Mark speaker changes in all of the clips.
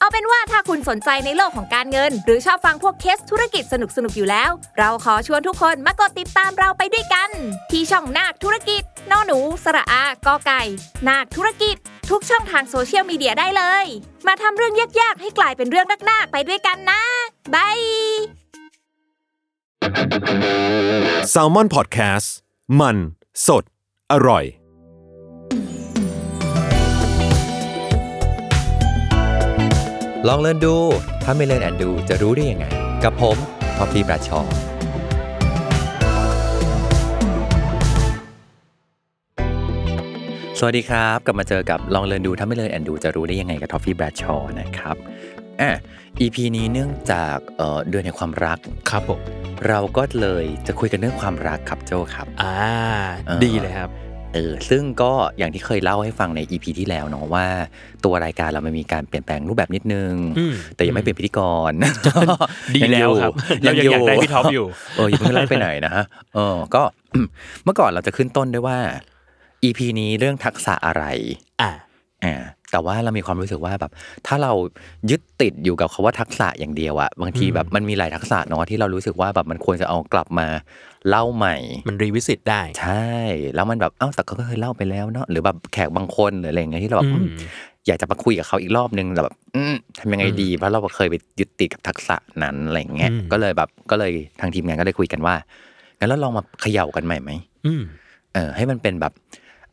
Speaker 1: เอาเป็นว่าถ้าคุณสนใจในโลกของการเงิน หรือชอบฟังพวกเคสธุรกิจสนุกๆอยู่แล้ว เราขอชวนทุกคนมากดติดตามเราไปด้วยกัน ที่ช่องนาคธุรกิจนอหนู สระอากอไก่ นาคธุรกิจ ทุกช่องทางโซเชียลมีเดียได้เลย มาทำเรื่องยากๆ ให้กลายเป็นเรื่องนักๆไปด้วยกันนะบาย
Speaker 2: s a l m o n PODCAST มัน สด อร่อย
Speaker 3: ลองเล่นดู ถ้าไม่เล่นแอนดูจะรู้ได้ยังไง กับผมท็อปปี้ประชอสวัสดีครับ กลับมาเจอกับลองเล่นดู ถ้าไม่เล่นแอนดูจะรู้ได้ยังไงกับท็อปปี้ประชอนะครับอ่ะ EP นี้เนื่องจากเอ่อเดือนแห่งความรัก
Speaker 4: ครับผม
Speaker 3: เราก็เลยจะคุยกันเรื่องความรักครับโจครับ
Speaker 4: อ่า
Speaker 3: เออ
Speaker 4: ดีเลยครับ
Speaker 3: เออซึ่งก็อย่างที่เคยเล่าให้ฟังใน EP ที่แล้วเนาะว่า ตัวรายการเรามันมีการเปลี่ยนแปลงรูปแบบนิดนึง
Speaker 4: อืม
Speaker 3: แต่ยังไม่เป็นพิธีกร
Speaker 4: ดีแล้วครับ เรายังอยากได้พี่ท็อปอยู่
Speaker 3: เอออย่าเพิ่งไล่ไปไหนนะฮะเออก็ เมื่อก่อนเราจะขึ้นต้นด้วยว่า EP นี้เรื่องทักษะอะไร
Speaker 4: อ่า
Speaker 3: อ่าแต่ว่าเรามีความรู้สึกว่าแบบ ถ้าเรายึดติดอยู่กับคาว่าทักษะอย่างเดียวอะบางที
Speaker 4: อืม
Speaker 3: แบบมันมีหลายทักษะเนาะที่เรารู้สึกว่าแบบมันควรจะเอากลับมาเล่าใหม่
Speaker 4: มันรีวิสิตได้
Speaker 3: ใช่ แล้วมันแบบเอ้าแต่ก็เคยเล่าไปแล้วเนาะหรือแบบแขกบางคนหรืออะไรอย่างเงี้ยที่เราแบบ
Speaker 4: อืม
Speaker 3: อืมอยากจะมาคุยกับเขาอีกรอบนึงแต่แบบอืมทำยังไงดีเพราะเราเคยไปยึดติดกับทักษะนั้นอะไรอย่างเงี้ย
Speaker 4: อืม
Speaker 3: ก็เลยแบบก็เลยทางทีมงานก็เลยคุยกันว่างั้นเราลองมาเขย่ากันใหม่ไหม
Speaker 4: อืม
Speaker 3: เออให้มันเป็นแบบ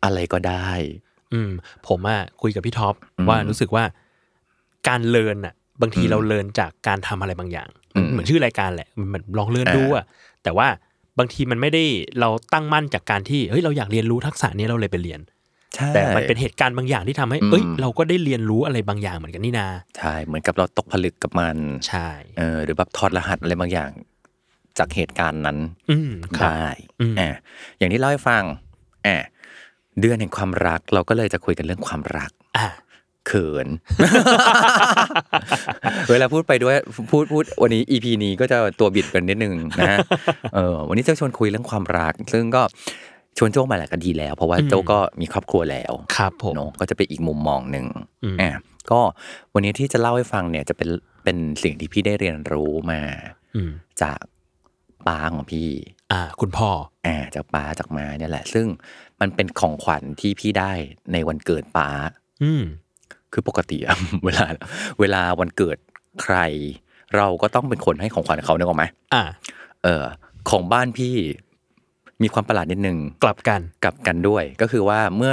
Speaker 3: อะไรก็ได้
Speaker 4: อืม ผมอ่ะคุยกับพี่ท็อป
Speaker 3: อืม
Speaker 4: ว่ารู้สึกว่า การเลินอ่ะ บางที
Speaker 3: อืม
Speaker 4: เราเลินจากการทำอะไรบางอย่าง
Speaker 3: อืม
Speaker 4: เหมือนชื่อรายการแหละ มันลองเลิน
Speaker 3: อ่า
Speaker 4: ดูอ่ะ แต่ว่าบางทีมันไม่ได้เราตั้งมั่นจากการที่เฮ้ยเราอยากเรียนรู้ทักษะนี้เราเลยไปเรียน
Speaker 3: ใช่
Speaker 4: แต่มันเป็นเหตุการณ์บางอย่างที่ทำให้
Speaker 3: อืม
Speaker 4: เอ้ยเราก็ได้เรียนรู้อะไรบางอย่างเหมือนกันนี่นา
Speaker 3: ใช่เหมือนกับเราตกผลึกกับมัน
Speaker 4: ใช่
Speaker 3: เออหรือแบบถอดรหัสอะไรบางอย่าง จากเหตุการณ์นั้น
Speaker 4: อืมครับ
Speaker 3: ได้
Speaker 4: อืม
Speaker 3: อ่ะอย่างที่เล่าให้ฟังอ่ะเดือนแห่งความรักเราก็เลยจะคุยกันเรื่องความรัก
Speaker 4: อ่า
Speaker 3: เขิน เวลาพูดไปด้วยพูดพูดวันนี้ EP นี้ก็จะตัวบิดกันนิดนึงนะ ฮะ เออวันนี้จะชวนคุยเรื่องความรัก ซึ่งก็ชวนโจ้มาแหละก็ดีแล้ว เพราะว่า
Speaker 4: อืม
Speaker 3: โจ้ก็มีครอบครัวแล้ว
Speaker 4: ครับผม
Speaker 3: เนอะก็จะเป็นอีกมุมมองหนึ่ง
Speaker 4: อืม
Speaker 3: อ่ะก็วันนี้ที่จะเล่าให้ฟังเนี่ยจะเป็นเป็นสิ่งที่พี่ได้เรียนรู้มา
Speaker 4: อืม
Speaker 3: จากป้าของพี่
Speaker 4: อ่า คุณพ่อ
Speaker 3: อ่าจากป้าจากมาเนี่ยแหละ ซึ่งมันเป็นของขวัญที่พี่ได้ในวันเกิดป้า
Speaker 4: อืม
Speaker 3: คือปกติอะ เวลาเวลาวันเกิดใคร เราก็ต้องเป็นคนให้ของขวัญเขาเนกอะไหม
Speaker 4: อ่า
Speaker 3: เออ ของบ้านพี่มีความประหลาดนิดนึง
Speaker 4: กลับกัน
Speaker 3: กลับกันด้วย ก็คือว่าเมื่อ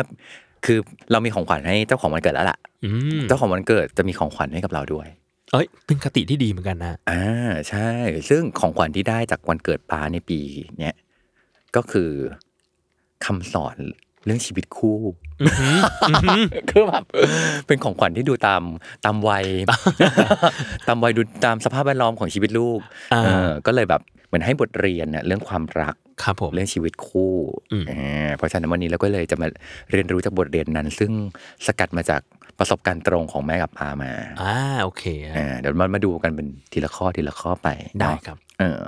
Speaker 3: คือเรามีของขวัญให้เจ้าของวันเกิดแล้วล่ะ
Speaker 4: อืม
Speaker 3: เจ้าของวันเกิดจะมีของขวัญให้กับเราด้วย
Speaker 4: เอ้ย เป็นคติที่ดีเหมือนกันนะ
Speaker 3: อ่าใช่ ซึ่งของขวัญที่ได้จากวันเกิดป้าในปีเนี้ยก็คือคำสอนเรื่องชีวิตคู่ คือแบบเป็นของขวัญที่ดูตามตามวัย ตามวัยดูตามสภาพแวดล้อมของชีวิตลูก
Speaker 4: อ่า
Speaker 3: เออก็เลยแบบเหมือนให้บทเรียนเนี่ยเรื่องความรัก
Speaker 4: ครับผม
Speaker 3: เรื่องชีวิตคู่
Speaker 4: อืม
Speaker 3: เออเพราะฉะนั้นวันนี้เราก็เลยจะมาเรียนรู้จากบทเรียนนั้น ซึ่งสกัดมาจากประสบการณ์ตรงของแม่กับพามา
Speaker 4: อ่า โอเคฮะ
Speaker 3: อ่าเดี๋ยวมันมาดูกันเป็นทีละข้อทีละข้อไป
Speaker 4: ได้
Speaker 3: เนาะ
Speaker 4: ครับ
Speaker 3: เออ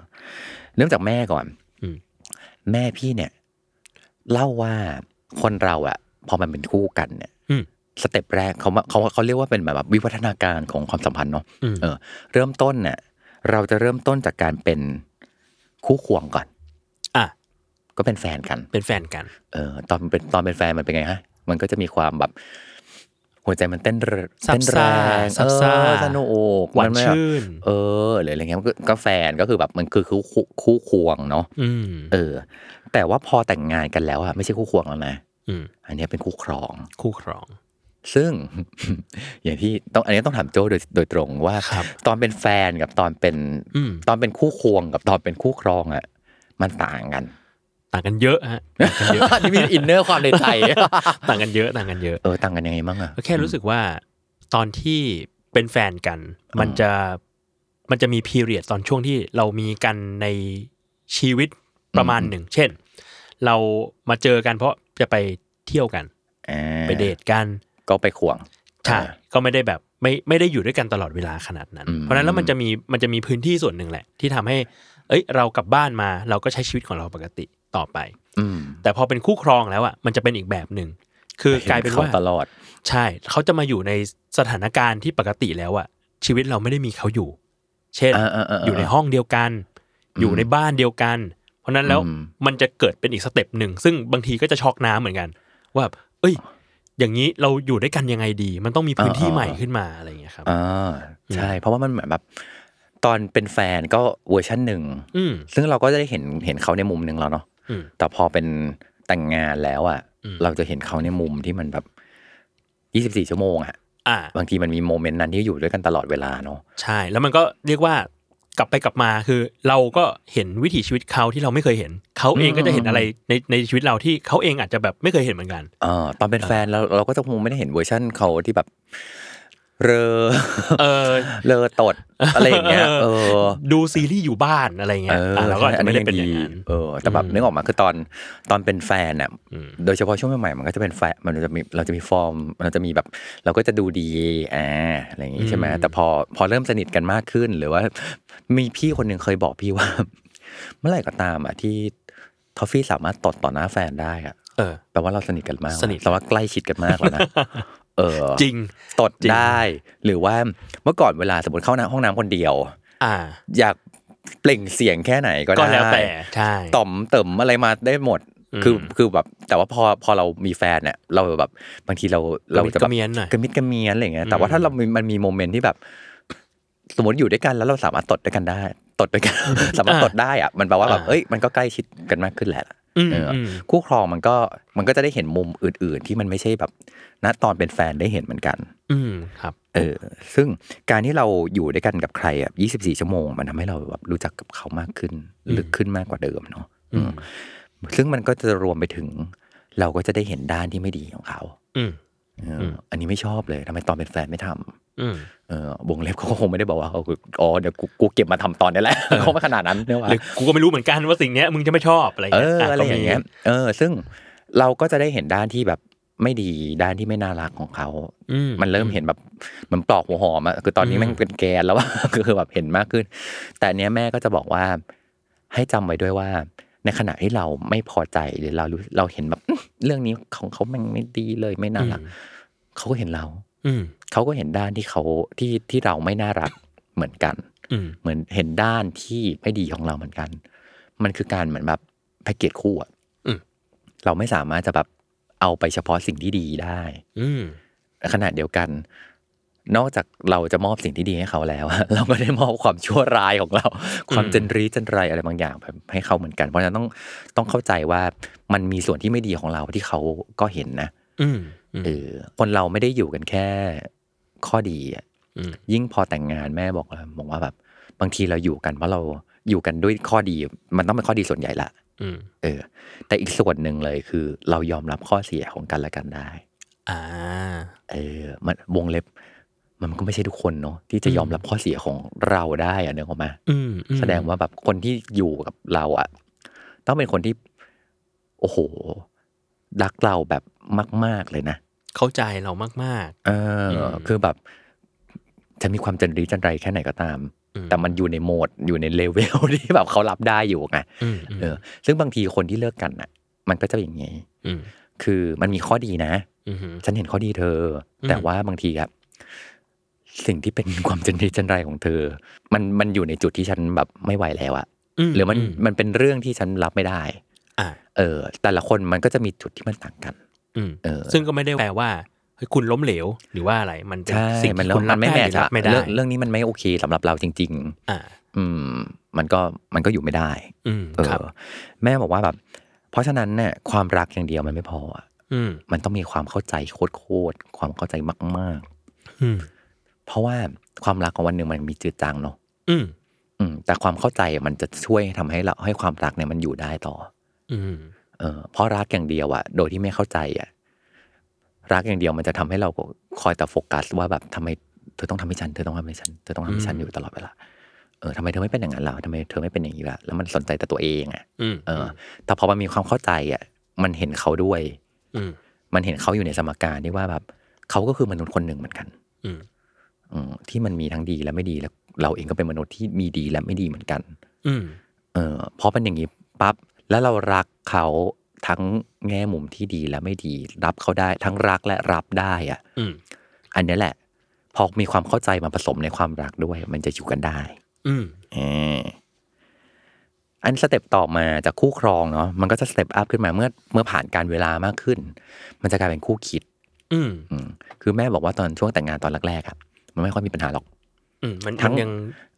Speaker 3: เริ่มจากแม่ก่อน
Speaker 4: อืม
Speaker 3: แม่พี่เนี่ย เล่าว่าคนเราอะพอมันเป็นคู่กันเนี่ย
Speaker 4: อืม
Speaker 3: สเต็ปแรกเขาว่าเขาเขาเรียกว่าเป็นแบบวิวัฒนาการของความสัมพันธ์เนาะ
Speaker 4: อืม
Speaker 3: เออ เริ่มต้นเนี่ยเราจะเริ่มต้นจากการเป็นคู่ควงก่อน
Speaker 4: อ่ะ
Speaker 3: ก็เป็นแฟนกัน
Speaker 4: เป็นแฟนกัน
Speaker 3: เออ ตอนเป็นตอนเป็นแฟนมันเป็นไงฮะ มันก็จะมีความแบบ หัวใจมันเต้นเร
Speaker 4: ซับ
Speaker 3: เต้นแร
Speaker 4: ซ่าง ซับซ่า
Speaker 3: เออสนุก
Speaker 4: หวาน
Speaker 3: มัไม่แบบ
Speaker 4: ชื่น
Speaker 3: เออหรืออะไรเงี้ยมันก็ก็แฟนก็คือแบบมันคือคู่คู่คู่ควงเนาะ
Speaker 4: อืม
Speaker 3: เออ แต่ว่าพอแต่งงานกันแล้วอะไม่ใช่คู่ควงแล้วนะ
Speaker 4: อืม
Speaker 3: อันเนี้ยเป็นคู่ครอง
Speaker 4: คู่ครอง
Speaker 3: ซึ่ง อย่างที่ต้องอันนี้ต้องถามโจโดยโดยตรงว่า
Speaker 4: ครับ
Speaker 3: ตอนเป็นแฟนกับตอนเป็น
Speaker 4: อืม
Speaker 3: ตอนเป็นคู่ควงกับตอนเป็นคู่ครองอะมันต่างกัน
Speaker 4: ต่างกันเยอะฮะ ต่างกัน เยอะ
Speaker 3: อันนี้มีอินเนอร์ความในใจ
Speaker 4: ต่างกันเยอะ ต่างกันเยอะ
Speaker 3: เออต่างกันยังไงบ้างอะ
Speaker 4: ก็แค่รู้สึกว่าตอนที่เป็นแฟนกัน มันจะมันจะมีพีเรียดตอนช่วงที่เรามีกันในชีวิตประมาณหนึ่ง เช่น เรามาเจอกันเพราะจะไปเที่ยวกัน
Speaker 3: อ่า
Speaker 4: ไปเดทกัน
Speaker 3: ก็ไปข่วง
Speaker 4: ใช่ก็ไม่ได้แบบไม่ไม่ได้อยู่ด้วยกันตลอดเวลาขนาดนั้น
Speaker 3: อืม
Speaker 4: เพราะฉะนั้นแล้วมันจะมีมันจะมีพื้นที่ส่วนหนึ่งแหละ ที่ทำให้ เอ้ย เรากลับบ้านมาเราก็ใช้ชีวิตของเราปกติต่อไป
Speaker 3: อืม
Speaker 4: แต่พอเป็นคู่ครองแล้วอ่ะมันจะเป็นอีกแบบหนึ่งคือกลายเป็นว่า
Speaker 3: ขตลอด
Speaker 4: ใช่เขาจะมาอยู่ในสถานการณ์ที่ปกติแล้วอ่ะชีวิตเราไม่ได้มีเขาอยู่ เช่น
Speaker 3: อ่าอ่าอ่า
Speaker 4: อยู่ในห้องเดียวกัน อยู่ในบ้านเดียวกัน เพราะฉะนั้นแล้ว
Speaker 3: อืม
Speaker 4: มันจะเกิดเป็นอีกสเต็ปหนึ่งซึ่งบางทีก็จะช็อกน้ำเหมือนกัน ว่าแบบเอ้ย อย่างนี้เราอยู่ด้วยกันยังไงดี มันต้องมีพื้นที่ใหม่ขึ้นมาอะไรอย่างเงี้ยครับ
Speaker 3: อ่าใช่ เพราะว่ามันเหมือนแบบ ตอนเป็นแฟนก็เวอร์ชันหนึ่ง
Speaker 4: อืม
Speaker 3: ซึ่งเราก็จะได้เห็นเห็นเขาในมุมหนึ่งแล้วเนาะ
Speaker 4: อืม
Speaker 3: แต่พอเป็นแต่งงานแล้วอ่ะ
Speaker 4: อืม
Speaker 3: เราจะเห็นเขาในมุมที่มันแบบ 24 ชั่วโมงอ่ะ
Speaker 4: อ่า
Speaker 3: บางทีมันมีโมเมนต์นั้นที่อยู่ด้วยกันตลอดเวลาเนาะ
Speaker 4: ใช่ แล้วมันก็เรียกว่ากลับไปกลับมาคือ เราก็เห็นวิถีชีวิตเขาที่เราไม่เคยเห็น เขาเองก็จะเห็นอะไรในในชีวิตเราที่เขาเองอาจจะแบบไม่เคยเห็นเหมือนกัน
Speaker 3: เออตอนเป็นแฟนเราเราก็จะคงไม่ได้เห็นเวอร์ชั่นเขาที่แบบเรอ
Speaker 4: เออ
Speaker 3: เลอตดอะไรอย่างเงี้ยเออ
Speaker 4: ดูซีรีส์อยู่บ้านอะไร
Speaker 3: เอ
Speaker 4: เงี้ย
Speaker 3: อ
Speaker 4: อ่ะเราก็อาจจะไม่ได้เป็นอย่างนั้น
Speaker 3: เออ แต่แบบนึกออกมาคือตอนตอนเป็นแฟนอ่ะ
Speaker 4: อืม
Speaker 3: โดยเฉพาะช่วงใหม่ๆมันก็จะเป็นแฟนมันจะมีเราจะมีฟอร์มเราจะมีแบบ เราก็จะดูดีอ่าอะไรอย่างงี้ใช่ไหมแต่พอพอเริ่มสนิทกันมากขึ้นหรือว่า มีพี่คนหนึ่งเคยบอกพี่ว่า เมื่อไหร่ก็ตามอ่ะที่ทอฟฟี่สามารถตดต่อหน้าแฟนได้อ่ะ
Speaker 4: เออ
Speaker 3: แปลว่าเราสนิทกันมาก
Speaker 4: สนิท
Speaker 3: แต่ว่าใกล้ชิดกันมาก แล้วนะ เออ
Speaker 4: จริง
Speaker 3: ตด
Speaker 4: จริง
Speaker 3: ได้ หรือว่าเมื่อก่อนเวลาสมมติเข้าน้ำห้องน้ำคนเดียว
Speaker 4: อ่า
Speaker 3: อยากเปล่งเสียงแค่ไหนก็
Speaker 4: ก็
Speaker 3: ได้
Speaker 4: แล้วแต่ใช่
Speaker 3: ต่อมเติมอะไรมาได้หมด
Speaker 4: อืม
Speaker 3: คือคือแบบ แต่ว่าพอพอเรามีแฟนเนี่ยเราแบบบางทีเราเราจะ
Speaker 4: ก
Speaker 3: แบ
Speaker 4: ระ
Speaker 3: บ
Speaker 4: มิดกระเมียนหน่อย
Speaker 3: กระมิดกระเมียนอะไรอย่างเงี้ย แต่
Speaker 4: อื
Speaker 3: ว่าม ถ้าเรามีมันมีโมเมนต์ที่แบบ สมมติอยู่ด้วยกันแล้วเราสามารถตดด้วยกันได้ ตดด้วยกัน สามารถตดได้อะมันแปลว่าแบบเอ้ยมันก็ใกล้ชิดกันมากขึ้นแหละ
Speaker 4: อืม
Speaker 3: เอออ
Speaker 4: อืม
Speaker 3: คู่ครองมันก็มันก็จะได้เห็นมุมอื่น ๆ ที่มันไม่ใช่แบบ ณตอนเป็นแฟนได้เห็นเหมือนกัน
Speaker 4: อืมครับ
Speaker 3: เออ ซึ่งการที่เราอยู่ด้วยกันกับใครอ่ะ24 ชั่วโมง มันทำให้เราแบบรู้จักกับเขามากขึ้น
Speaker 4: อืม
Speaker 3: ลึกขึ้นมากกว่าเดิมเนาะ
Speaker 4: อืม
Speaker 3: อืมซึ่งมันก็จะรวมไปถึง เราก็จะได้เห็นด้านที่ไม่ดีของเขา
Speaker 4: อืม
Speaker 3: เอออ
Speaker 4: ม
Speaker 3: อันนี้ไม่ชอบเลยทำไมตอนเป็นแฟนไม่ทำ
Speaker 4: อืม
Speaker 3: เออวงเล็บเขาก็คงไม่ได้บอกว่าเขาคืออ๋อเดี๋ยวกูกูเก็บมาทำตอนนี้แหละ เขาไม่ขนาดนั้นเนอะ
Speaker 4: ห
Speaker 3: วะ
Speaker 4: รือกูก็ไม่รู้เหมือนกันว่าสิ่งเนี้ยมึงจะไม่ชอบอะไร
Speaker 3: เอ
Speaker 4: เงี้ย
Speaker 3: ออะไรอย่างเงี้ย
Speaker 4: ก็มี
Speaker 3: เออ ซึ่งเราก็จะได้เห็นด้านที่แบบไม่ดีด้านที่ไม่น่ารักของเขา
Speaker 4: อืม
Speaker 3: มันเริ่มเห็นแบบเหมันปลอกหัวหอมอะคือตอนนี้
Speaker 4: อืม
Speaker 3: แม่งเป็นแกนแล้วว่า คือแบบเห็นมากขึ้น แต่อันเนี้ยแม่ก็จะบอกว่า ให้จำไว้ด้วยว่า ในขณะที่เราไม่พอใจหรือเรารู้เราเห็นแบบ เรื่องนี้ของเขาแม่งไม่ดีเลยไม่น่ารักเขาก็เห็นเรา
Speaker 4: อืม
Speaker 3: เขาก็เห็นด้านที่เขาที่ที่เราไม่น่ารักเหมือนกัน
Speaker 4: อืม
Speaker 3: เหมือนเห็นด้านที่ไม่ดีของเราเหมือนกัน มันคือการเหมือนแบบแพ็กเกจคู่อะเราไม่สามารถจะแบบเอาไปเฉพาะสิ่งที่ดีได้
Speaker 4: อืม
Speaker 3: ขณะเดียวกัน นอกจากเราจะมอบสิ่งที่ดีให้เขาแล้ว อะ เราก็ได้มอบความชั่วร้ายของเรา ความเจนรีเจนไรอะไรบางอย่างแบบให้เขาเหมือนกัน เพราะฉะนั้นต้องต้องเข้าใจว่ามันมีส่วนที่ไม่ดีของเราที่เขาก็เห็นนะ
Speaker 4: อืม
Speaker 3: เออคนเราไม่ได้อยู่กันแค่ข้อดีอะ
Speaker 4: อืม
Speaker 3: ยิ่งพอแต่งงานแม่บอกว่าบอกว่าแบบ บางทีเราอยู่กันเพราะเราอยู่กันด้วยข้อดี มันต้องเป็นข้อดีส่วนใหญ่ละ
Speaker 4: อืม
Speaker 3: เออ แต่อีกส่วนหนึ่งเลยคือ เรายอมรับข้อเสียของกันและกันได้
Speaker 4: อ่า
Speaker 3: เออ มันวงเล็บ มันก็ไม่ใช่ทุกคนเนาะที่จะยอมรับข้อเสียของเราได้อะเนื้อออกมา
Speaker 4: อืมอืม
Speaker 3: แสดงว่าแบบคนที่อยู่กับเราอะต้องเป็นคนที่ โอ้โหรักเราแบบมาก ๆเลยนะ
Speaker 4: เข้าใจเรามาก
Speaker 3: เอออ
Speaker 4: ม
Speaker 3: คือแบบ จะมีความจันรีจันไรแค่ไหนก็ตาม
Speaker 4: ๆอื
Speaker 3: แต่มันอยู่ในโหมดอยู่ในเลเวล ที่แบบเขารับได้อยู่ไง
Speaker 4: อืมม
Speaker 3: เออ ซึ่งบางทีคนที่เลิกกันอ่ะ มันก็จะเป็นอย่างนี้
Speaker 4: อืม
Speaker 3: คือมันมีข้อดีนะ
Speaker 4: อืม
Speaker 3: ฉันเห็นข้อดีเธออ
Speaker 4: ม
Speaker 3: แต่ว่าบางทีครับสิ่งที่เป็นความจันรีจันไรของเธอ มันมันอยู่ในจุดที่ฉันแบบไม่ไหวแล้วอะหรือมันมันเป็นเรื่องที่ฉันรับไม่ได้
Speaker 4: อ่า
Speaker 3: เออ แต่ละคนมันก็จะมีจุดที่มันต่างกัน
Speaker 4: อืม
Speaker 3: เออ
Speaker 4: ซึ่งก็ไม่ได้แปลว่าเฮ้ยคุณล้มเหลวหรือว่าอะไรมันเป็น
Speaker 3: ใช่
Speaker 4: สิ่ง
Speaker 3: มัน
Speaker 4: ที่
Speaker 3: แล้ว
Speaker 4: คุณรั
Speaker 3: มั
Speaker 4: บ
Speaker 3: นไม่
Speaker 4: ได้
Speaker 3: แมท
Speaker 4: หรือ
Speaker 3: ช์
Speaker 4: รั
Speaker 3: อะ
Speaker 4: บไม่ได้
Speaker 3: เรื่องเรื่องนี้มันไม่โอเคสำหรับเราจริง
Speaker 4: อ่า
Speaker 3: ๆ อืม มันก็มันก็อยู่ไม่ได้
Speaker 4: อืม
Speaker 3: เอ
Speaker 4: ครับ
Speaker 3: อ แม่บอกว่าแบบ เพราะฉะนั้นเนี่ยความรักอย่างเดียวมันไม่พออะ
Speaker 4: อืม
Speaker 3: มันต้องมีความเข้าใจโคตรโคตรๆความเข้าใจมาก
Speaker 4: อืม
Speaker 3: ๆ เพราะว่าความรักของวันหนึ่งมันมีจืดจางเนาะ
Speaker 4: อืม
Speaker 3: อืม แต่ความเข้าใจอะมันจะช่วยทำให้เราให้ความรักเนี่ยมันอยู่ได้ต่อ
Speaker 4: อืม
Speaker 3: เออเพราะรักอย่างเดียวอะโดยที่ไม่เข้าใจอะรักอย่างเดียวมันจะทำให้เราคอยแต่โฟกัส ว่าแบบทำไมเธอต้องทำให้ฉันเธอต้องทำให้ฉันเธอต้องทำให้ฉันอยู่ตลอดเวลาเออทำไมเธอไม่เป็นอย่างนั้นล่ะทำไมเธอไม่เป็นอย่างนี้ล่ะแล้วมันสนใจแต่ตัวเองอะ
Speaker 4: อืม
Speaker 3: เออ แต่พอมันมีความเข้าใจอะมันเห็นเขาด้วย
Speaker 4: อืม
Speaker 3: มันเห็นเขาอยู่ในสมการที่ว่าแบบ เขาก็คือมนุษย์คนหนึ่งเหมือนกัน
Speaker 4: อืม
Speaker 3: อืมที่มันมีทั้งดีและไม่ดีแล้ว เราเองก็เป็นมนุษย์ที่มีดีและไม่ดีเหมือนกัน
Speaker 4: อืม
Speaker 3: เออเพราะเป็นอย่างนี้ปั๊บแล้วเรารักเขาทั้งแง่มุมที่ดีและไม่ดี รับเขาได้ทั้งรักและรับได้อะ
Speaker 4: อืม
Speaker 3: อันเนี้ยแหละ พอมีความเข้าใจมาผสมในความรักด้วย มันจะอยู่กันได้
Speaker 4: อืม
Speaker 3: เอออันสเต็ปต่อมาจากคู่ครองเนาะมันก็จะสเต็ปอัพขึ้นมาเมื่อเมื่อผ่านการเวลามากขึ้น มันจะกลายเป็นคู่คิด
Speaker 4: อืม
Speaker 3: อืมคือแม่บอกว่าตอนช่วงแต่งงานตอนแรกๆอะมันไม่ค่อยมีปัญหาหรอก
Speaker 4: อืมมัน
Speaker 3: ทั้ง
Speaker 4: ยัง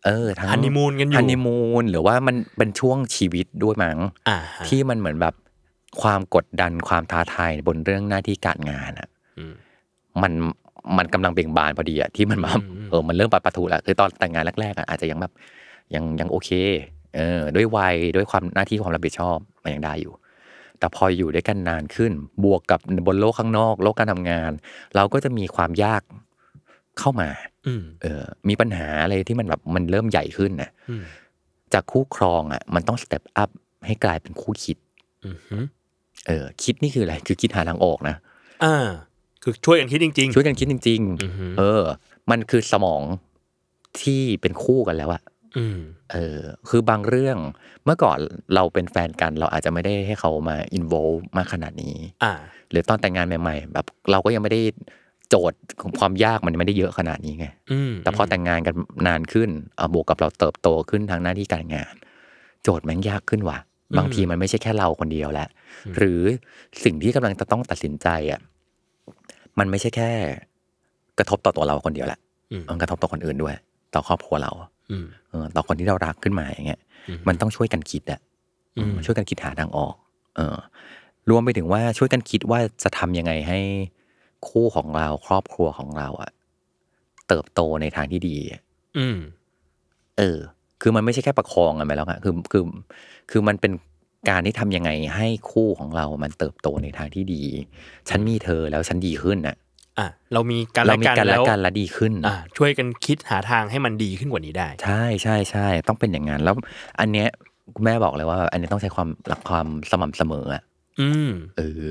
Speaker 3: เออทั้ง
Speaker 4: ฮันนีมูนกันอยู่
Speaker 3: ฮันนีมูนหรือว่ามันเป็นช่วงชีวิตด้วยมั้ง
Speaker 4: อ่าฮะ
Speaker 3: ที่มันเหมือนแบบความกดดันความท้าทายบนเรื่องหน้าที่การงานอ่ะ
Speaker 4: อืม
Speaker 3: มันมันกำลังเบ่งบานพอดีอ่ะที่มันมา
Speaker 4: อืม
Speaker 3: เออมันเริ่มปะปะทุแล้วคือตอนแต่งงานแรกๆอ่ะอาจจะยังแบบยังยังโอเค เออ ด้วยวัยด้วยความหน้าที่ความรับผิดชอบมันยังได้อยู่ แต่พออยู่ด้วยกันนานขึ้น บวกกับบนโลกข้างนอก โลกการทำงาน เราก็จะมีความยากเข้ามา
Speaker 4: อืม
Speaker 3: เออ มีปัญหาอะไรที่มันแบบมันเริ่มใหญ่ขึ้นนะ
Speaker 4: อืม
Speaker 3: จากคู่ครองอ่ะมันต้องสเต็ปอัพให้กลายเป็นคู่คิด
Speaker 4: อืมฮึ
Speaker 3: เออ คิดนี่คืออะไร คือคิดหาทางออกนะ
Speaker 4: อ่า คือช่วยกันคิดจริง ๆ
Speaker 3: ช่วยกันคิดจริง
Speaker 4: อือฮึ
Speaker 3: ๆ เออ มันคือสมองที่เป็นคู่กันแล้วอะ
Speaker 4: อืม
Speaker 3: เออ คือบางเรื่องเมื่อก่อนเราเป็นแฟนกัน เราอาจจะไม่ได้ให้เขามาอินโวมากขนาดนี้
Speaker 4: อ่า
Speaker 3: หรือตอนแต่งงานใหม่ ๆ แบบ เราก็ยังไม่ได้โจทย์ของความยากมันไม่ได้เยอะขนาดนี้ไง
Speaker 4: อืม
Speaker 3: แต่พอแต่งงานกันนานขึ้นเอ่อบวกกับเราเติบโตขึ้นทางหน้าที่การงาน โจทย์แม่งยากขึ้นว่ะ บางทีมันไม่ใช่แค่เราคนเดียวแหละ หรือสิ่งที่กำลังจะต้องตัดสินใจอ่ะ มันไม่ใช่แค่ กระทบต่อตัวเราคนเดียวแหละ
Speaker 4: อืม
Speaker 3: มันกระทบต่อคนอื่นด้วย ต่อครอบครัวเรา
Speaker 4: อืม
Speaker 3: เออต่อคนที่เรารักขึ้นมาอย่างเงี้ย
Speaker 4: อืม
Speaker 3: มันต้องช่วยกันคิดอ่ะ
Speaker 4: อืม
Speaker 3: ช่วยกันคิดหาทางออก เออ รวมไปถึงว่าช่วยกันคิดว่าจะทำยังไงให้คู่ของเราครอบครัวของเราอ่ะ เติบโตในทางที่ดีอะ
Speaker 4: อืม
Speaker 3: เออ คือมันไม่ใช่แค่ประคองกันไปแล้วอะคือคือ คือมันเป็นการที่ทำยังไงให้คู่ของเรามันเติบโตในทางที่ดี ฉันมีเธอแล้วฉันดีขึ้นน่ะ
Speaker 4: อ่าเรามีกัน
Speaker 3: เรา
Speaker 4: และ
Speaker 3: มี
Speaker 4: กัน
Speaker 3: กันและ
Speaker 4: แล้ว
Speaker 3: กันและดีขึ้น
Speaker 4: อ่า ช่วยกันคิดหาทางให้มันดีขึ้นกว่านี้ได้
Speaker 3: ใช่ใช่ใช่ ต้องเป็นอย่างนั้น แล้ว อันเนี้ยคุณแม่บอกเลยว่า อันเนี้ยต้องใช้ความรักความสม่ำเสมออะ
Speaker 4: อืม
Speaker 3: เออ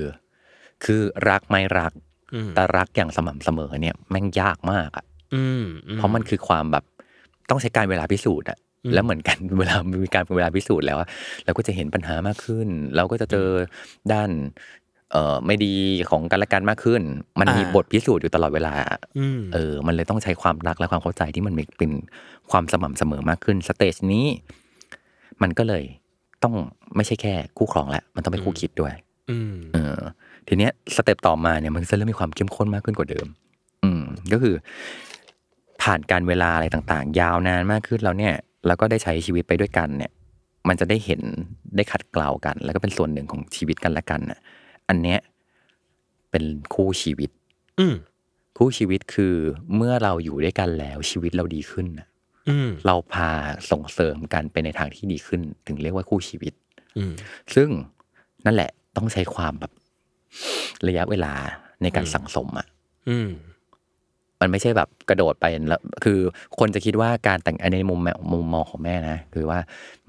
Speaker 3: คือรักไม่รัก
Speaker 4: อืม
Speaker 3: แต่รักอย่างสม่ำเสมอเนี่ยแม่งยากมากอะ
Speaker 4: อืม
Speaker 3: เพราะมันคือความแบบต้องใช้การเวลาพิสูจน์อะ
Speaker 4: อืม
Speaker 3: แล้วเหมือน กันเวลามีการเวลาพิสูจน์แล้วอะเราก็จะเห็นปัญหามากขึ้น เราก็จะเจอด้านเอ่อไม่ดีของกันและกันมากขึ้น มันมีบทพิสูจน์อยู่ตลอดเวลา
Speaker 4: อืม
Speaker 3: เออ มันเลยต้องใช้ความรักและความเข้าใจที่มันมีเป็นความสม่ำเสมอมากขึ้นสเตจนี้ มันก็เลยต้องไม่ใช่แค่คู่ครองแล้วมันต้องเป็นคู่คิดด้วย
Speaker 4: อืม
Speaker 3: เออทีเนี้ยสเต็ปต่อมาเนี่ยมันจะเริ่มมีความเข้มข้นมากขึ้นกว่าเดิม อืมก็คือ ผ่านการเวลาอะไรต่างๆ ยาวนานมากขึ้นแล้วเนี่ย แล้วก็ได้ใช้ชีวิตไปด้วยกันเนี่ย มันจะได้เห็นได้ขัดเกลากัน แล้วก็เป็นส่วนหนึ่งของชีวิตกันและกันน่ะ อันเนี้ยเป็นคู่ชีวิต
Speaker 4: อืม
Speaker 3: คู่ชีวิตคือเมื่อเราอยู่ด้วยกันแล้วชีวิตเราดีขึ้นน่ะ
Speaker 4: อืม
Speaker 3: เราพาส่งเสริมกันไปในทางที่ดีขึ้น ถึงเรียกว่าคู่ชีวิต
Speaker 4: อืม
Speaker 3: ซึ่งนั่นแหละต้องใช้ความแบบ ระยะเวลาในการ
Speaker 4: อืม
Speaker 3: สั่งสมอ่ะ
Speaker 4: อืม
Speaker 3: มันไม่ใช่แบบกระโดดไปแล้วคือคนจะคิดว่าการแต่งอันในมุมแม่มุมมองของแม่นะคือว่า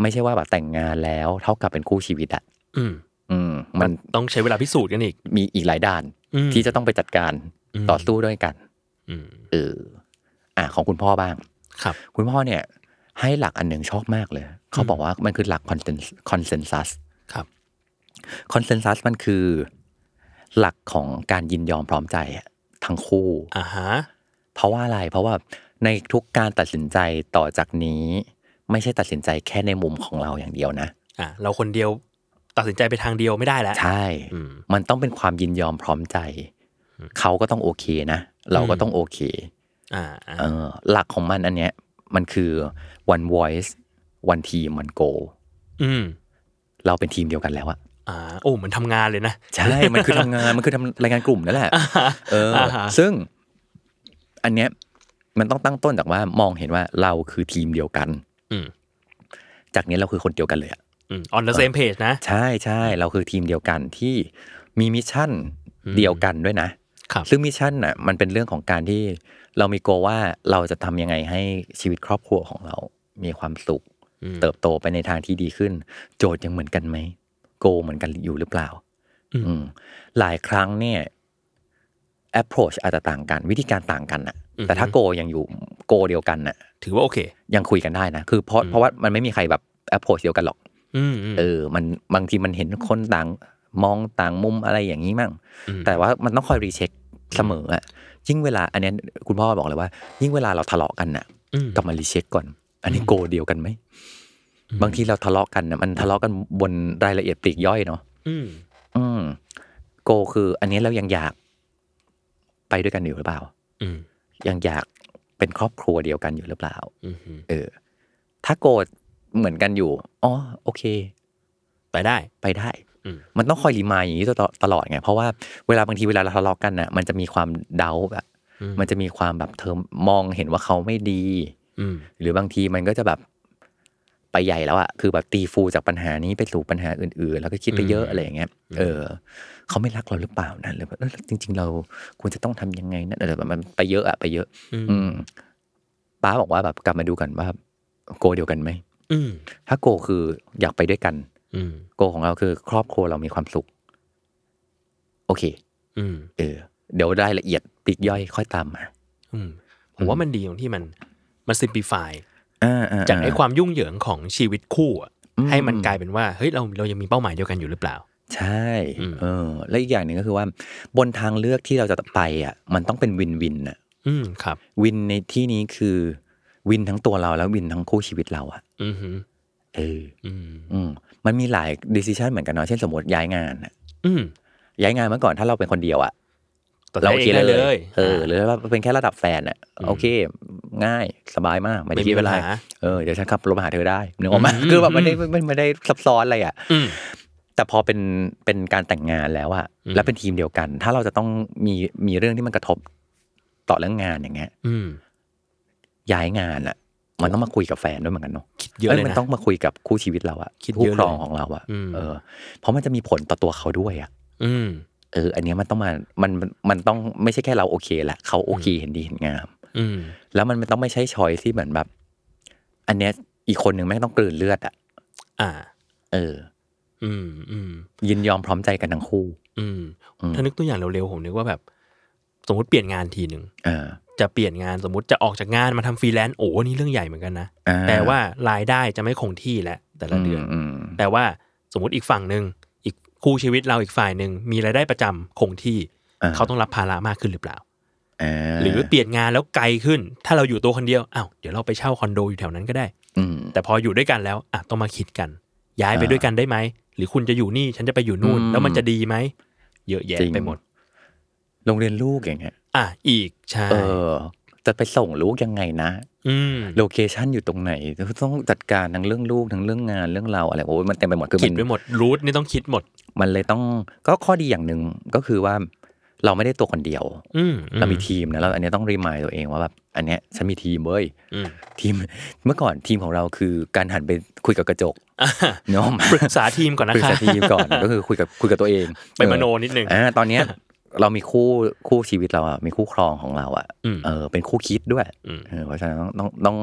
Speaker 3: ไม่ใช่ว่าแบบแต่งงานแล้ว เท่ากับเป็นคู่ชีวิตอ่ะ
Speaker 4: อืม
Speaker 3: อืม มัน
Speaker 4: ต้องใช้เวลาพิสูจน์กันอีก
Speaker 3: มีอีกหลายด่าน
Speaker 4: อืม
Speaker 3: ที่จะต้องไปจัดการ
Speaker 4: อืม
Speaker 3: ต่อสู้ด้วยกัน
Speaker 4: อืม
Speaker 3: เอออ่ะของคุณพ่อบ้าง
Speaker 4: ครับ
Speaker 3: คุณพ่อเนี่ย ให้หลักอันหนึ่งชอบมากเลย เขาบอกว่ามันคือหลักคอนเซนคอนเซนซัส
Speaker 4: ครับ
Speaker 3: คอนเซน s ัสมันคือ หลักของการยินยอมพร้อมใจอะทั้งคู่
Speaker 4: อ่าฮะ
Speaker 3: เพราะว่าอะไร เพราะว่าในทุกการตัดสินใจต่อจากนี้ ไม่ใช่ตัดสินใจแค่ในมุมของเราอย่างเดียวนะ
Speaker 4: อ่ะเราคนเดียวตัดสินใจไปทางเดียวไม่ได้แล้ว
Speaker 3: ใช่
Speaker 4: อืม
Speaker 3: มันต้องเป็นความยินยอมพร้อมใจ เขาก็ต้องโอเคนะ เราก็ต้องโอเค
Speaker 4: อ่าอ่า
Speaker 3: เออ หลักของมันอันเนี้ย มันคือ one voice one team one goal
Speaker 4: อืม
Speaker 3: เราเป็นทีมเดียวกันแล้วอะ
Speaker 4: อ่า โอ้เหมือนทำงานเลยนะ
Speaker 3: ใช่ มันคือทำงาน มันคือทำรายงานกลุ่มนั่นแหละ เออ
Speaker 4: อ่าฮะ
Speaker 3: ซึ่ง อันเนี้ยมันต้องตั้งต้นจากว่ามองเห็นว่าเราคือทีมเดียวกัน
Speaker 4: อืม
Speaker 3: จากนี้เราคือคนเดียวกันเลยอะ
Speaker 4: อืม on the same page นะ
Speaker 3: ใช่ใช่ เราคือทีมเดียวกันที่มีมิชชั่นเดียวกันด้วยนะ
Speaker 4: ครับ
Speaker 3: ซึ่งมิชชั่นน่ะมันเป็นเรื่องของการที่เรามีโกลว่าเราจะทำยังไงให้ชีวิตครอบครัวของเรา มีความสุข
Speaker 4: อืม
Speaker 3: เติบโตไปในทางที่ดีขึ้น โจทย์ยังเหมือนกันไหมโกลเหมือนกันอยู่หรือเปล่า
Speaker 4: อืม
Speaker 3: อืมหลายครั้งเนี่ย ไอ approach อาจจะต่างกัน วิธีการต่างกันน่ะ
Speaker 4: อือฮึ
Speaker 3: แต่ถ้าโกยังอยู่โกเดียวกันน่ะ
Speaker 4: ถือว่าโอเค
Speaker 3: ยังคุยกันได้นะ คือเพราะ
Speaker 4: อืม
Speaker 3: เพราะว่ามันไม่มีใครแบบ approach เดียวกันหรอก
Speaker 4: อืมอืม
Speaker 3: เออ มันบางทีมันเห็นคนต่างมองต่างมุมอะไรอย่างนี้มั่ง
Speaker 4: ม
Speaker 3: แต่ว่ามันต้องคอยรีเช็คเสมออะยิ่งเวลาอันเนี้ยคุณพ่อบอกเลยว่า ยิ่งเวลาเราทะเลาะกันน่ะ
Speaker 4: อืม
Speaker 3: กลับมารีเช็คก่อน อันนี้
Speaker 4: อืม
Speaker 3: โกเดียวกันไหม บางทีเราทะเลาะกันนะมันทะเลาะกันบนรายละเอียดปลีกย่อยเนาะ
Speaker 4: อืม
Speaker 3: อืม โกคือ อันนี้เรายังอยาก ไปด้วยกันอยู่หรือเปล่า
Speaker 4: อืม
Speaker 3: ยังอยากเป็นครอบครัวเดียวกันอยู่หรือเปล่า
Speaker 4: อืม
Speaker 3: เออ ถ้าโกเหมือนกันอยู่อ๋อโอเค
Speaker 4: ไปได้
Speaker 3: ไปได้
Speaker 4: อืม
Speaker 3: มันต้องคอยรีมายอย่างนี้ตลอดตลอดไง เพราะว่าเวลาบางทีเวลาเราทะเลาะกันน่ะ มันจะมีความเดาแบบ
Speaker 4: อื
Speaker 3: มันจะมีความแบบเธอมองเห็นว่าเขาไม่ดี
Speaker 4: อืม
Speaker 3: หรือบางทีมันก็จะแบบไปใหญ่แล้วอะคือแบบตีฟูจากปัญหานี้ไปสู่ปัญหาอื่น ๆ แล้วก็คิดไปเยอะอะไรอย่างเงี้ย เออ เขาไม่รักเราหรือเปล่านะหรือว่าเอ้ยจริง ๆ เราควรจะต้องทำยังไงนะอะไรแบบมันไปเยอะอะไปเยอะ
Speaker 4: อืม
Speaker 3: อืมป้าบอกว่าแบบกลับมาดูกันว่าโกเดียวกันไหม
Speaker 4: อืม
Speaker 3: ถ้าโกคืออยากไปด้วยกัน
Speaker 4: อืม
Speaker 3: โกของเราคือ ครอบครัวเรามีความสุข โอเค
Speaker 4: อืม
Speaker 3: เออ เดี๋ยวรายละเอียดปลีกย่อยค่อยตามมา
Speaker 4: อืมผมว่ามันดีตรงที่มันมันซิมพลิฟาย
Speaker 3: อ่าๆๆ
Speaker 4: จากไอ้ความยุ่งเหยิงของชีวิตคู่อะ
Speaker 3: อืม
Speaker 4: ให้มันกลายเป็นว่าเฮ้ยเราเรายังมีเป้าหมายเดียวกันอยู่หรือเปล่า
Speaker 3: ใช่
Speaker 4: อืม
Speaker 3: เออ และอีกอย่างหนึ่งก็คือว่า บนทางเลือกที่เราจะไปอ่ะ มันต้องเป็นวินวินอ่ะ
Speaker 4: อืมครับ
Speaker 3: วินในที่นี้คือวินทั้งตัวเราแล้ววินทั้งคู่ชีวิตเราอ่ะ
Speaker 4: อือหือ
Speaker 3: เออ
Speaker 4: อืม
Speaker 3: อืมมันมีหลายดิส i ชันเหมือนกันเนาะ เช่นสมมติย้ายงานอะ
Speaker 4: อืม
Speaker 3: ย้ายงานเมื่อก่อนถ้าเราเป็นคนเดียวอ่ะ
Speaker 4: ตัด
Speaker 3: เรา
Speaker 4: สิน
Speaker 3: โอเค
Speaker 4: ใจเองได้
Speaker 3: เล
Speaker 4: เลย ย
Speaker 3: เออ หรือว่าเป็นแค่ระดับแฟนอ่ะ โอเค ง่าย สบายมาก ไม่ได้
Speaker 4: ไม่
Speaker 3: คิ
Speaker 4: มี
Speaker 3: ด
Speaker 4: ปั
Speaker 3: อะ
Speaker 4: ญ
Speaker 3: ไร
Speaker 4: หา
Speaker 3: เออเดี๋ยวฉันขับรถมาหาเธอได้นึกออกไหม
Speaker 4: อืม
Speaker 3: คือแบบมัน
Speaker 4: อื
Speaker 3: ไม่ได้
Speaker 4: ม
Speaker 3: มันไม่ได้ซับซ้อนอะไรอ่ะ
Speaker 4: อืม
Speaker 3: แต่พอเป็นเป็นการแต่งงานแล้วอะ
Speaker 4: อืม
Speaker 3: แล้วเป็นทีมเดียวกัน ถ้าเราจะต้องมีมีเรื่องที่มันกระทบต่อเรื่องงานอย่างเงี้ย
Speaker 4: อืม
Speaker 3: ย้ายงานอะมันต้องมาคุยกับแฟนด้วยเหมือนกันเนาะ
Speaker 4: คิดเยอะเลย
Speaker 3: มั
Speaker 4: นะ
Speaker 3: ต้องมาคุยกับคู่ชีวิตเราอะ
Speaker 4: คิด
Speaker 3: คู่
Speaker 4: เยอะเล
Speaker 3: ค
Speaker 4: ย
Speaker 3: รองของเราอะ
Speaker 4: อืม
Speaker 3: เออ เพราะมันจะมีผลต่อตัวเขาด้วยอะ
Speaker 4: อืม
Speaker 3: เออ อันเนี้ยมันต้องมามันมันมันต้องไม่ใช่แค่เราโอเคละเขาโอเคเห็นดีเห็นงาม
Speaker 4: อืม
Speaker 3: แล้วมันมันต้องไม่ใช่ชอยที่เหมือนแบบ อันเนี้ยอีกคนหนึ่งแม่งต้องกลืนเลือดอะ
Speaker 4: อ่า
Speaker 3: เออ
Speaker 4: อืมอืม
Speaker 3: ยินยอมพร้อมใจกันทั้งคู่
Speaker 4: อืม
Speaker 3: อืม
Speaker 4: ถ้านึกตัวอย่างเร็วๆผมนึกว่าแบบ สมมติเปลี่ยนงานทีหนึ่ง
Speaker 3: เออ
Speaker 4: จะเปลี่ยนงานสมมติจะออกจากงานมาทำฟรีแลนซ์โอ้อันนี่เรื่องใหญ่เหมือนกันนะ
Speaker 3: อ่
Speaker 4: แปลว่ารายได้จะไม่คงที่แล้วแต่ละเดือน
Speaker 3: อืมม
Speaker 4: แต่ว่าสมมติอีกฝั่งหนึ่งอีกคู่ชีวิตเราอีกฝ่ายหนึ่งมีรายได้ประจำคงที่
Speaker 3: อ่า
Speaker 4: เขาต้องรับภาระมากขึ้นหรือเปล่า
Speaker 3: อ่า
Speaker 4: หรือเปลี่ยนงานแล้วไกลขึ้น ถ้าเราอยู่ตัวคนเดียวอ้าวเดี๋ยวเราไปเช่าคอนโดอยู่แถวนั้นก็ได้
Speaker 3: อืม
Speaker 4: แต่พออยู่ด้วยกันแล้วอ่ะต้องมาคิดกัน ย้ายไป
Speaker 3: อ่า
Speaker 4: ด้วยกันได้ไหมหรือคุณจะอยู่นี่ฉันจะไปอยู่นู่น
Speaker 3: อืม
Speaker 4: แล้วมันจะดีไหมเยอะแยะ
Speaker 3: จริง
Speaker 4: ไปหมด
Speaker 3: โรงเรียนลูกอย่างเงี้ย
Speaker 4: อ่ะอีกใช่
Speaker 3: เออ จะไปส่งลูกยังไงนะ
Speaker 4: อืม
Speaker 3: โลเคชันอยู่ตรงไหน ต้องจัดการทั้งเรื่องลูกทั้งเรื่องงานเรื่องเราอะไรโอ้ยมันเต็มไปหมดคือมั
Speaker 4: คิด
Speaker 3: น
Speaker 4: ไปหมดรูทนี่ต้องคิดหมด
Speaker 3: มันเลยต้องก็ข้อดีอย่างหนึ่งก็คือว่า เราไม่ได้ตัวคนเดียว
Speaker 4: อืม
Speaker 3: เรามีทีมนะแล้วอันเนี้ยต้องรีมายตัวเองว่าแบบอันเนี้ยฉันมีทีมเว้ย
Speaker 4: อืม
Speaker 3: ทีม เมื่อก่อนทีมของเราคือการหันไปคุยกับกระจก
Speaker 4: อ่ะ
Speaker 3: เนาะ
Speaker 4: ปรึกษาทีมก่อนนะ
Speaker 3: ปรึก
Speaker 4: คะ
Speaker 3: ษาทีมก่อนก็คือคุยกับคุยกับตัวเอง
Speaker 4: ไปมโนนิดนึง
Speaker 3: อ่าตอนเนี้ย เรามีคู่คู่ชีวิตเราอ่ะมีคู่ครองของเราอ่ะ
Speaker 4: อืม
Speaker 3: เออเป็นคู่คิดด้วย
Speaker 4: อืม
Speaker 3: เออเพราะฉะนั้นต้องต้อง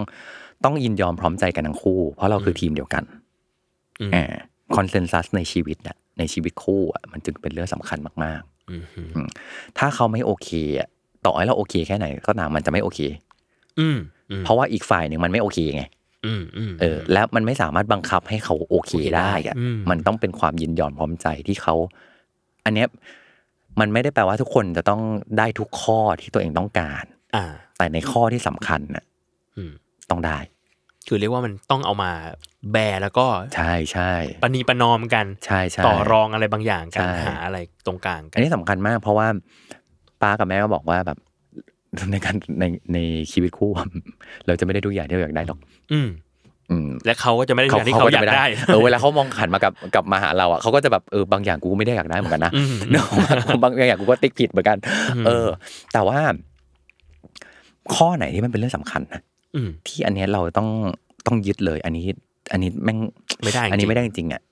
Speaker 3: ต้องยินยอมพร้อมใจกันทั้งคู่ เพราะเราคือทีมเดียวกัน
Speaker 4: อืม
Speaker 3: อ่าคอนเซนแซสในชีวิตอ่ะในชีวิตคู่อ่ะมันจึงเป็นเรื่องสำคัญมาก
Speaker 4: อืมอืม
Speaker 3: ๆ ถ้าเขาไม่โอเคอ่ะต่อให้เราโอเคแค่ไหนก็ตามมันจะไม่โอเค
Speaker 4: อืมอืม
Speaker 3: เพราะว่าอีกฝ่ายหนึ่งมันไม่โอเคไง
Speaker 4: อืมอืม
Speaker 3: เออแล้วมันไม่สามารถบังคับให้เขาโอเคได้อ่ะ
Speaker 4: อืม
Speaker 3: มันต้องเป็นความยินยอมพร้อมใจที่เขา อันเนี้ยมันไม่ได้แปลว่าทุกคนจะต้องได้ทุกข้อที่ตัวเองต้องการ
Speaker 4: อ่า
Speaker 3: แต่ในข้อที่สำคัญน่ะ
Speaker 4: อืม
Speaker 3: ต้องได้
Speaker 4: คือเรียกว่ามันต้องเอามาแบร์แล้วก็
Speaker 3: ใช่ใช่
Speaker 4: ปณีประนอมกัน
Speaker 3: ใช่ใช่
Speaker 4: ต่อรองอะไรบางอย่างกัน
Speaker 3: ใช่
Speaker 4: หาอะไรตรงกลางกั
Speaker 3: อันนี้สำคัญมาก เพราะว่าป้ากับแม่ก็บอกว่าแบบในการ ในในชีวิตคู่ เราจะไม่ได้ทุกอย่างที่เราอยากได้หรอก
Speaker 4: อืม
Speaker 3: อืม
Speaker 4: และเขาก็จะไม่ได้อย่างที่เขาอยาก
Speaker 3: จะม่
Speaker 4: ได้
Speaker 3: เออเวลาเขามองขันมากับกับมาหาเราอ่ะเขาก็จะแบบเออบางอย่างกูไม่ได้อยากได้เหมือนกันนะ
Speaker 4: อืม
Speaker 3: เนอะ บางอย่างกูก็ติ๊กผิดเหมือนกัน
Speaker 4: อืม
Speaker 3: เออ แต่ว่า ข้อไหนที่มันเป็นเรื่องสำคัญนะ
Speaker 4: อืม
Speaker 3: ที่อันเนี้ยเราต้องต้องยึดเลย อันนี้ อันนี้แม่ง
Speaker 4: ไม่ได้จริง
Speaker 3: อันนี้ไม่ได้จริงๆอ่ะ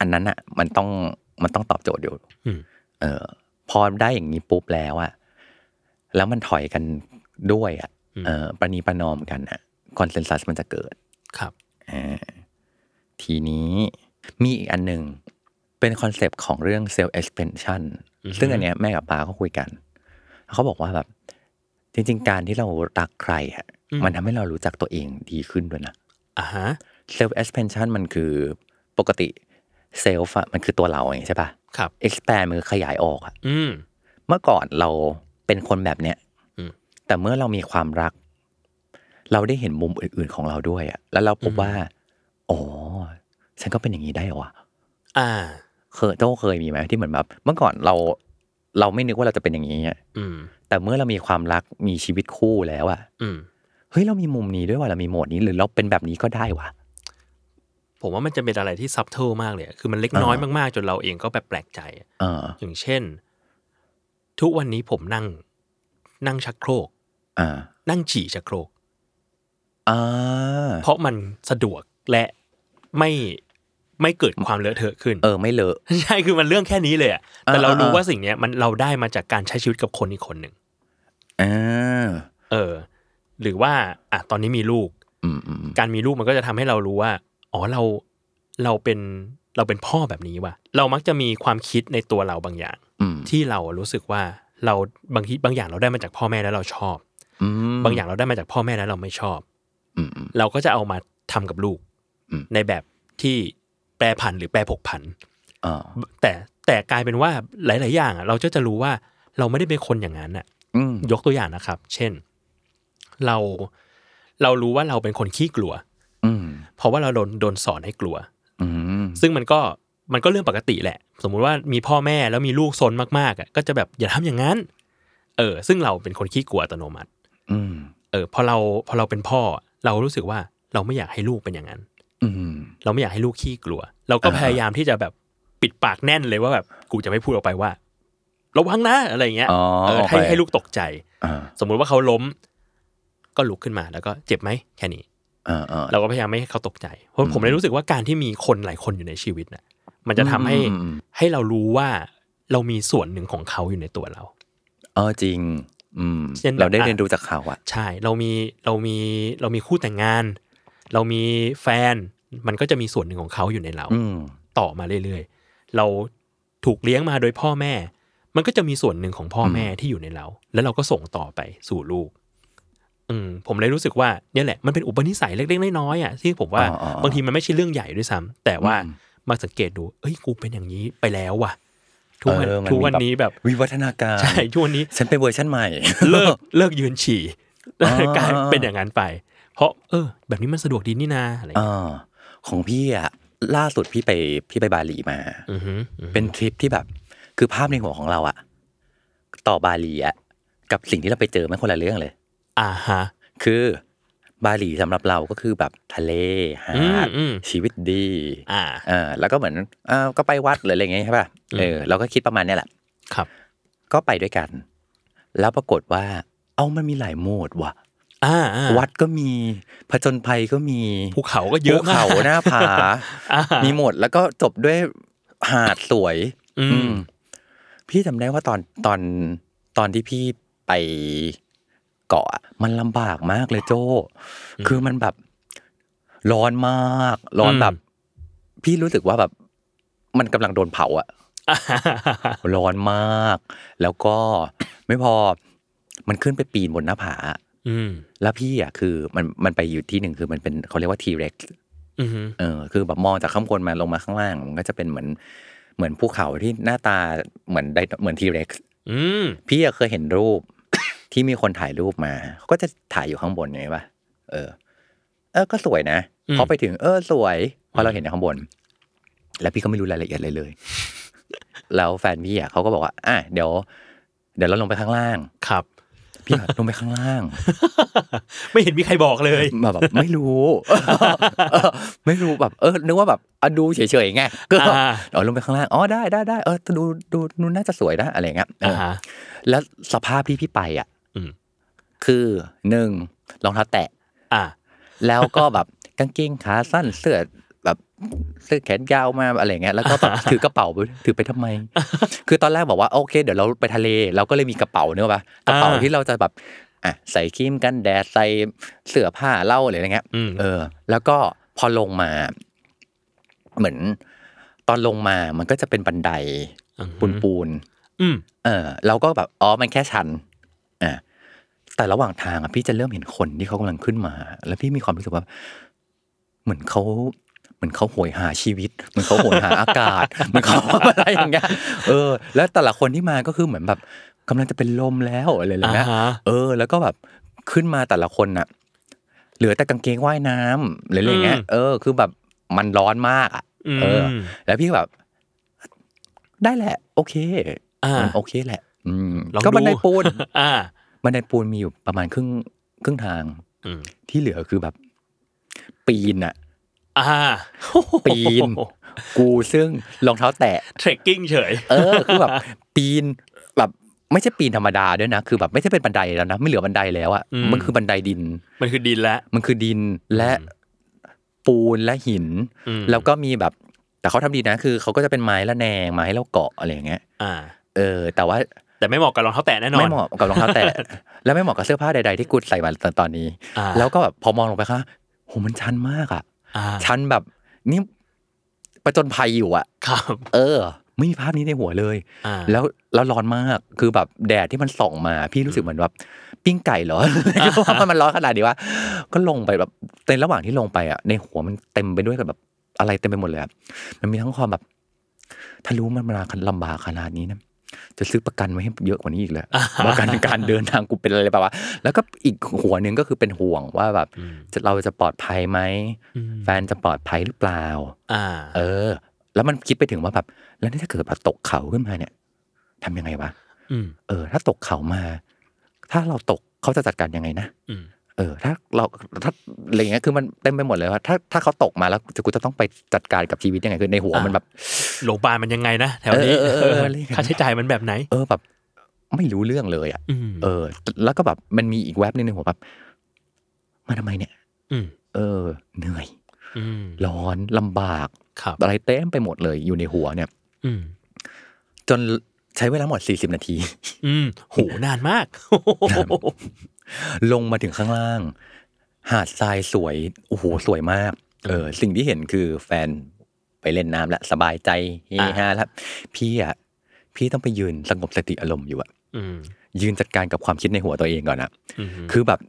Speaker 3: อันนั้นอ่ะ มันต้องมันต้องตอบโจทย์อยู่
Speaker 4: อืม
Speaker 3: เออ พอได้อย่างนี้ปุ๊บแล้วอ่ะแล้วมันถอยกันด้วยอ่ะเออประนีประนอมกันอ่ะคอนเซน s ัสมันจะเกิด
Speaker 4: ครับ
Speaker 3: อ่าทีนี้มีอีกอันหนึ่งเป็นคอนเซปต์ของเรื่องเซลล์เอ็กซ์เพนชัน
Speaker 4: อือฮึ
Speaker 3: ซึ่งอันเนี้ยแม่กับปาเขาคุยกัน เขาบอกว่าแบบ จริง ๆ การที่เรารักใครอะ
Speaker 4: อืม
Speaker 3: มันทำให้เรารู้จักตัวเองดีขึ้นด้วยนะ
Speaker 4: อ่าฮะ
Speaker 3: self expansion มันคือปกติ self อะมันคือตัวเราอย่างงี้ใช่ปะ
Speaker 4: ครับ
Speaker 3: expand มันคือขยายออกอะ
Speaker 4: อืม
Speaker 3: เมื่อก่อนเราเป็นคนแบบเนี้ย
Speaker 4: อืม
Speaker 3: แต่เมื่อเรามีความรัก เราได้เห็นมุมอื่น ๆของเราด้วยอะแล้วเราพบว่า อ๋อ ฉันก็เป็นอย่างนี้ได้เหรอวะ
Speaker 4: อ่า
Speaker 3: เคยโต้เคยมีไหมที่เหมือนแบบเมื่อก่อนเราเราไม่นึกว่าเราจะเป็นอย่างนี้อะ
Speaker 4: อืม
Speaker 3: แต่เมื่อเรามีความรักมีชีวิตคู่แล้วอะ
Speaker 4: อืม
Speaker 3: เฮ้ยเรามีมุมนี้ด้วยว่ะเรามีโหมดนี้หรือเราเป็นแบบนี้ก็ได้ว่ะ
Speaker 4: ผมว่ามันจะเป็นอะไรที่ซับเทิลมากเลยอะคือมันเล็กน้อย
Speaker 3: อ่าม
Speaker 4: มากๆ จนเราเองก็แบบแปลกใจอะ
Speaker 3: เออ
Speaker 4: อย่างเช่น ทุกวันนี้ผมนั่ง นั่งชักโครก
Speaker 3: อ่า
Speaker 4: นั่งฉี่ชักโครก
Speaker 3: อ่า
Speaker 4: เพราะมันสะดวกและไม่ไม่เกิดความเลอะเทอะขึ้น
Speaker 3: เออไม่เลอะ
Speaker 4: ใช่คือมันเรื่องแค่นี้เลยอะแต่เรา
Speaker 3: อ่าอ่า
Speaker 4: รู้ว่าสิ่งเนี้ยมันเราได้มาจากการใช้ชีวิตกับคนอีกคนหนึ่ง
Speaker 3: อ่า
Speaker 4: เออ หรือว่าอ่ะตอนนี้มีลูก
Speaker 3: อืมอืมอืม
Speaker 4: การมีลูกมันก็จะทำให้เรารู้ว่า อ๋อเราเราเป็นเราเป็นพ่อแบบนี้ว่ะ เรามักจะมีความคิดในตัวเราบางอย่าง
Speaker 3: อืม
Speaker 4: ที่เรารู้สึกว่าเราบางทีบางอย่างเราได้มาจากพ่อแม่แล้วเราชอบ
Speaker 3: อืม
Speaker 4: บางอย่างเราได้มาจากพ่อแม่แล้วเราไม่ชอบ
Speaker 3: อืมอืม
Speaker 4: เราก็จะเอามาทำกับลูก
Speaker 3: อืม
Speaker 4: ในแบบที่แปรผันหรือแปรผกผัน
Speaker 3: อ่า
Speaker 4: แต่แต่กลายเป็นว่าหลาย ๆ อย่างอะเราจะจะรู้ว่าเราไม่ได้เป็นคนอย่างนั้นอะ
Speaker 3: อืม
Speaker 4: ยกตัวอย่างนะครับ เช่น เราเรารู้ว่าเราเป็นคนขี้กลัว
Speaker 3: อืม
Speaker 4: เพราะว่าเราโดนโดนสอนให้กลัว
Speaker 3: อืม
Speaker 4: ซึ่งมันก็มันก็เรื่องปกติแหละ สมมุติว่ามีพ่อแม่แล้วมีลูกซนมากๆอ่ะก็จะแบบอย่าทำอย่างนั้น เออ ซึ่งเราเป็นคนขี้กลัวอัตโนมัติ
Speaker 3: อืม
Speaker 4: เออพอเราพอเราเป็นพ่อ เรารู้สึกว่าเราไม่อยากให้ลูกเป็นอย่างนั้น
Speaker 3: อืม
Speaker 4: เราไม่อยากให้ลูกขี้กลัว เราก็
Speaker 3: อ่า
Speaker 4: พยายามที่จะแบบปิดปากแน่นเลยว่าแบบกูจะไม่พูดออกไปว่า ระวังนะอะไรอย่างเงี้ย
Speaker 3: อ๋อ
Speaker 4: เออ
Speaker 3: โอเค
Speaker 4: ให้ให้ลูกตกใจ
Speaker 3: อ่า
Speaker 4: สมมุติว่าเขาล้ม ก็ลุกขึ้นมาแล้วก็เจ็บไหมแค่นี้
Speaker 3: อ่าอ่า
Speaker 4: เราก็พยายามไม่ให้เขาตกใจ เพราะผมเลยรู้สึกว่าการที่มีคนหลายคนอยู่ในชีวิตน่ะ มันจะทำให้
Speaker 3: อืมอืมอืม
Speaker 4: ให้เรารู้ว่าเรามีส่วนหนึ่งของเขาอยู่ในตัวเรา
Speaker 3: เออจริง อืม
Speaker 4: เช่นแบบ
Speaker 3: เราได้เรียนรู้จากเขาอะ
Speaker 4: ใช่ เรามีเรามีเรามีคู่แต่งงาน เรามีแฟน มันก็จะมีส่วนหนึ่งของเขาอยู่ในเรา
Speaker 3: อืม
Speaker 4: ต่อมาเรื่อยๆ เราถูกเลี้ยงมาโดยพ่อแม่ มันก็จะมีส่วนหนึ่งของพ่อแม่ที่อยู่ในเรา แล้วเราก็ส่งต่อไปสู่ลูก อืมผมเลยรู้สึกว่าเนี่ยแหละ มันเป็นอุปนิสัยเล็กๆน้อยๆอ่ะที่ผมว่า
Speaker 3: อ๋ออ๋ออ๋อบ
Speaker 4: างทีมันไม่ใช่เรื่องใหญ่ด้วยซ้ำแต่ว่า
Speaker 3: อืม
Speaker 4: มาสังเกตดูเอ้ยกูเป็นอย่างนี้ไปแล้วว่ะ ทุกวัน
Speaker 3: เออมันมี
Speaker 4: ทุกวันนี้แบบ
Speaker 3: วิวัฒนาการ
Speaker 4: ใช่ทุกวันนี้
Speaker 3: ฉันเป็นเวอร์ชันใหม่
Speaker 4: เลิกเลิกยืนฉี่
Speaker 3: อ๋อ
Speaker 4: กลายเป็นอย่างนั้นไป เพราะเออ แบบนี้มันสะดวกดีนี่นาอะไรอย่างเงี้ย
Speaker 3: อ่าของพี่อะล่าสุดพี่ไปพี่ไปบาหลีมา
Speaker 4: อือฮึอือฮึ
Speaker 3: เป็นทริปที่แบบ คือภาพในหัวของเราอะต่อบาหลีอะกับสิ่งที่เราไปเจอมันคนละเรื่องเลย
Speaker 4: อ่าฮะ
Speaker 3: คือบาหลีสำหรับเราก็คือแบบทะเลหาด
Speaker 4: อืมอืม
Speaker 3: ชีวิตดี
Speaker 4: อ่า
Speaker 3: เออแล้วก็เหมือนอ่าก็ไปวัดหรืออะไรอย่างเงี้ยใช่ป่ะ
Speaker 4: อืม
Speaker 3: เออเราก็คิดประมาณเนี้ยแหละ
Speaker 4: ครับ
Speaker 3: ก็ไปด้วยกัน แล้วปรากฏว่า เอามันมีหลายโหมดว่ะ
Speaker 4: อ่าอ่า
Speaker 3: วัดก็มีผจญภัยก็มี
Speaker 4: ภูเขาก็เยอะ
Speaker 3: ภูเขา
Speaker 4: มก
Speaker 3: หน้าผา
Speaker 4: อ่ามี
Speaker 3: มีหมดแล้วก็จบด้วยหาดสวย
Speaker 4: อืม
Speaker 3: อืม พี่จำได้ว่าตอนตอนตอนที่พี่ไปเกาะอะมันลำบากมากเลยโจ คือมันแบบ ร้อนมาก ร้อนแบบ พี่รู้สึกว่าแบบ มันกำลังโดนเผาอะ ร้อนมาก แล้วก็ ไม่พอ มันขึ้นไปปีนบนหน้าผา
Speaker 4: อืม
Speaker 3: แล้วพี่อ่ะคือมันมันไปอยู่ที่หนึ่งคือมันเป็นเขาเรียกว่าทีเร็ก
Speaker 4: อือหือ
Speaker 3: เออคือแบบมองจากข้างบนมาลงมาข้างล่างมันก็จะเป็นเหมือนเหมือนภูเขาที่หน้าตาเหมือนไดโนเหมือนทีเร็ก
Speaker 4: อืม
Speaker 3: พี่อะเคยเห็นรูป ที่มีคนถ่ายรูปมาเขาก็จะถ่ายอยู่ข้างบนไงปะเออ เออก็สวยนะพอไปถึงเออสวยพอเราเห็นจากข้างบน แล้วพี่ก็ไม่รู้รายละเอียดเลย เลย แล้วแฟนพี่อ่ะเขาก็บอกว่าอ่ะเดี๋ยว เดี๋ยวเราลงไปข้างล่าง
Speaker 4: ครับ
Speaker 3: พี่อะลงไปข้างล่าง
Speaker 4: ไม่เห็นมีใครบอกเลย
Speaker 3: แบบแบบไม่รู้ เออไม่รู้แบบ เออนึกว่าแบบอ่ะดูเฉยๆไงก็
Speaker 4: อ่า
Speaker 3: เออลงไปข้างล่างอ๋อได้ได้ได้เออดูดูนู่นน่าจะสวยนะอะไรเงี้ยเออ
Speaker 4: อ่า
Speaker 3: อ
Speaker 4: ฮะ
Speaker 3: แล้วสภาพที่พี่ไปอ่ะ
Speaker 4: อืม
Speaker 3: คือหนึ่งรองเท้าแตะ
Speaker 4: อ่า
Speaker 3: แล้วก็แบบ กางเกงขาสั้นเสื้อแบบเสื้อแขนยาวมาอะไรเงี้ยแล้วก็แบบ ถือกระเป๋าไปถือไปทำไม คือตอนแรกบอกว่าโอเค เดี๋ยวเราไปทะเล เราก็เลยมีกระเป๋าเนอะปะกระเป๋า
Speaker 4: อ่า
Speaker 3: ที่เราจะแบบอ่ะใส่ครีมกันแดดใส่เสื้อผ้าเล่าอะไรอย่างเงี้ย
Speaker 4: อืม
Speaker 3: เออ แล้วก็พอลงมา เหมือน ตอนลงมามันก็จะเป็นบันได
Speaker 4: อืม
Speaker 3: ปูนปูน
Speaker 4: อืม
Speaker 3: ๆเออ เราก็แบบอ๋อมันแค่ชัน อ่ะแต่ระหว่างทางอ่ะพี่จะเริ่มเห็นคนที่เขากำลังขึ้นมา แล้วพี่มีความรู้สึกว่า เหมือนเขาเหมือนเขาโหยหาชีวิต เหมือนเขาโหยหาอากาศ เหมือนเขาอะไรอย่างเงี้ยเออ แล้วแต่ละคนที่มาก็คือเหมือนแบบกำลังจะเป็นลมแล้วอะไรอย่าง
Speaker 4: อ่า
Speaker 3: เงี้ย
Speaker 4: ฮะ
Speaker 3: เออแล้วก็แบบขึ้นมาแต่ละคนน่ะ เหลือแต่กางเกงว่ายน้ำหรืออะไรอย่างเงี้ย
Speaker 4: อืม
Speaker 3: เออ คือแบบมันร้อนมากอ่ะ
Speaker 4: อื
Speaker 3: เออ
Speaker 4: ม
Speaker 3: แล้วพี่ก็แบบ ได้แหละ โอเค
Speaker 4: อ่า
Speaker 3: มันโอเคแหละ อืม
Speaker 4: ลองดู
Speaker 3: ก็บันไดปูน
Speaker 4: อ่า
Speaker 3: บันไดปูนมีอยู่ประมาณครึ่งครึ่งทาง
Speaker 4: อืม
Speaker 3: ที่เหลือคือแบบ ปีนอ่ะ
Speaker 4: อ่า
Speaker 3: ปีน กูซึ่งรองเท้าแตะ
Speaker 4: เทรคกิ้งเฉย
Speaker 3: เอ อคือแบบ ปีนแบบไม่ใช่ปีนธรรมดาด้วยนะคือแบบไม่ใช่เป็นบันไดแล้วนะไม่เหลือบันไดแล้วอ่ะ
Speaker 4: อืม
Speaker 3: มันคือบันไดดิน
Speaker 4: มันคือดินแล้ว
Speaker 3: มันคือดินและ
Speaker 4: อืม
Speaker 3: ปูนและหิน
Speaker 4: อืม
Speaker 3: แล้วก็มีแบบ แต่เขาทำดีนะคือเขาก็จะเป็นไม้ละแนงไม้ให้เราเกาะอะไรอย่างเงี้ย
Speaker 4: อ่า
Speaker 3: เออ แต่ว่า
Speaker 4: แต่ไม่เหมาะกับรองเท้าแตะแน่นอน
Speaker 3: ไม่เหมาะกับรองเท้า แตะ และไม่เหมาะกับเสื้อผ้าใด ๆ ที่กูใส่มาตอนตอนนี้
Speaker 4: อ่า
Speaker 3: แล้วก็แบบพอมองลงไปค่ะโหมันชันมากอ่ะ
Speaker 4: อ่า
Speaker 3: ชันแบบนี่ประจนภัยอยู่อ่ะ
Speaker 4: ครับ
Speaker 3: เออ ไม่มีภาพนี้ในหัวเลย
Speaker 4: อ่า
Speaker 3: แล้วแล้วร้อนมากคือแบบแดดที่มันส่องมา พี่รู้สึกเหมือนแบบปิ้งไก่เหรอ ก็ว่ามันร้อนขนาดนี้วะก็ลงไปแบบในระหว่างที่ลงไปอ่ะ ในหัวมันเต็มไปด้วยกับแบบ อะไรเต็มไปหมดเลยอะมันมีทั้งความแบบ ถ้ารู้มันมาลำบากขนาดนี้นะจะซื้อประกันไว้ให้เยอะกว่านี้อีกเลย
Speaker 4: อ่า
Speaker 3: ประกันการเดินทางกูเป็นอะไรแบบวะแล้วก็อีกหัวหนึ่งก็คือเป็นห่วงว่าแบบ
Speaker 4: อืม
Speaker 3: จะเราจะปลอดภัยไหม
Speaker 4: อืม
Speaker 3: แฟนจะปลอดภัยหรือเปล่า
Speaker 4: อ่า
Speaker 3: เออ แล้วมันคิดไปถึงว่าแบบ แล้วนี่ถ้าเกิดแบบตกเขาขึ้นมาเนี่ยทำยังไงวะ
Speaker 4: อืม
Speaker 3: เออ ถ้าตกเขามา ถ้าเราตกเขาจะจัดการยังไงนะ
Speaker 4: อืม
Speaker 3: เออ ถ้าเราถ้าอะไรเงี้ย คือมันเต็มไปหมดเลยว่า ถ้าถ้าเขาตกมาแล้วจะกูจะต้องไปจัดการกับชีวิตยังไง คือในหัวมันแบบ
Speaker 4: โรงพยาบาลมันยังไงนะแถวนี้
Speaker 3: เออเออเออเออเออ
Speaker 4: ค่าใช้จ่ายมันแบบไหน
Speaker 3: เออแบบ ไม่รู้เรื่องเลยอ่ะ
Speaker 4: อืม
Speaker 3: เออ แล้วก็แบบมันมีอีกแว็บหนึงในหัวแบบ มาทำไมเนี่ย
Speaker 4: อืม
Speaker 3: เออ เหนื่อย
Speaker 4: อืม
Speaker 3: ร้อนลำบาก
Speaker 4: ครับ
Speaker 3: อะไรเต็มไปหมดเลย อยู่ในหัวเนี่ย
Speaker 4: อืม
Speaker 3: จนใช้เวลาหมด40นาที
Speaker 4: อืมโหนานมาก
Speaker 3: ลงมาถึงข้างล่าง หาดทรายสวย โอ้โห สวยมาก เออ สิ่งที่เห็นคือแฟนไปเล่นน้ำละสบายใจเฮฮาละพี่อ่ะ พี่ต้องไปยืนสงบสติอารมณ์อยู่อะ
Speaker 4: อืม
Speaker 3: ยืนจัดการกับความคิดในหัวตัวเองก่อนอะ
Speaker 4: อืม
Speaker 3: คือแบบ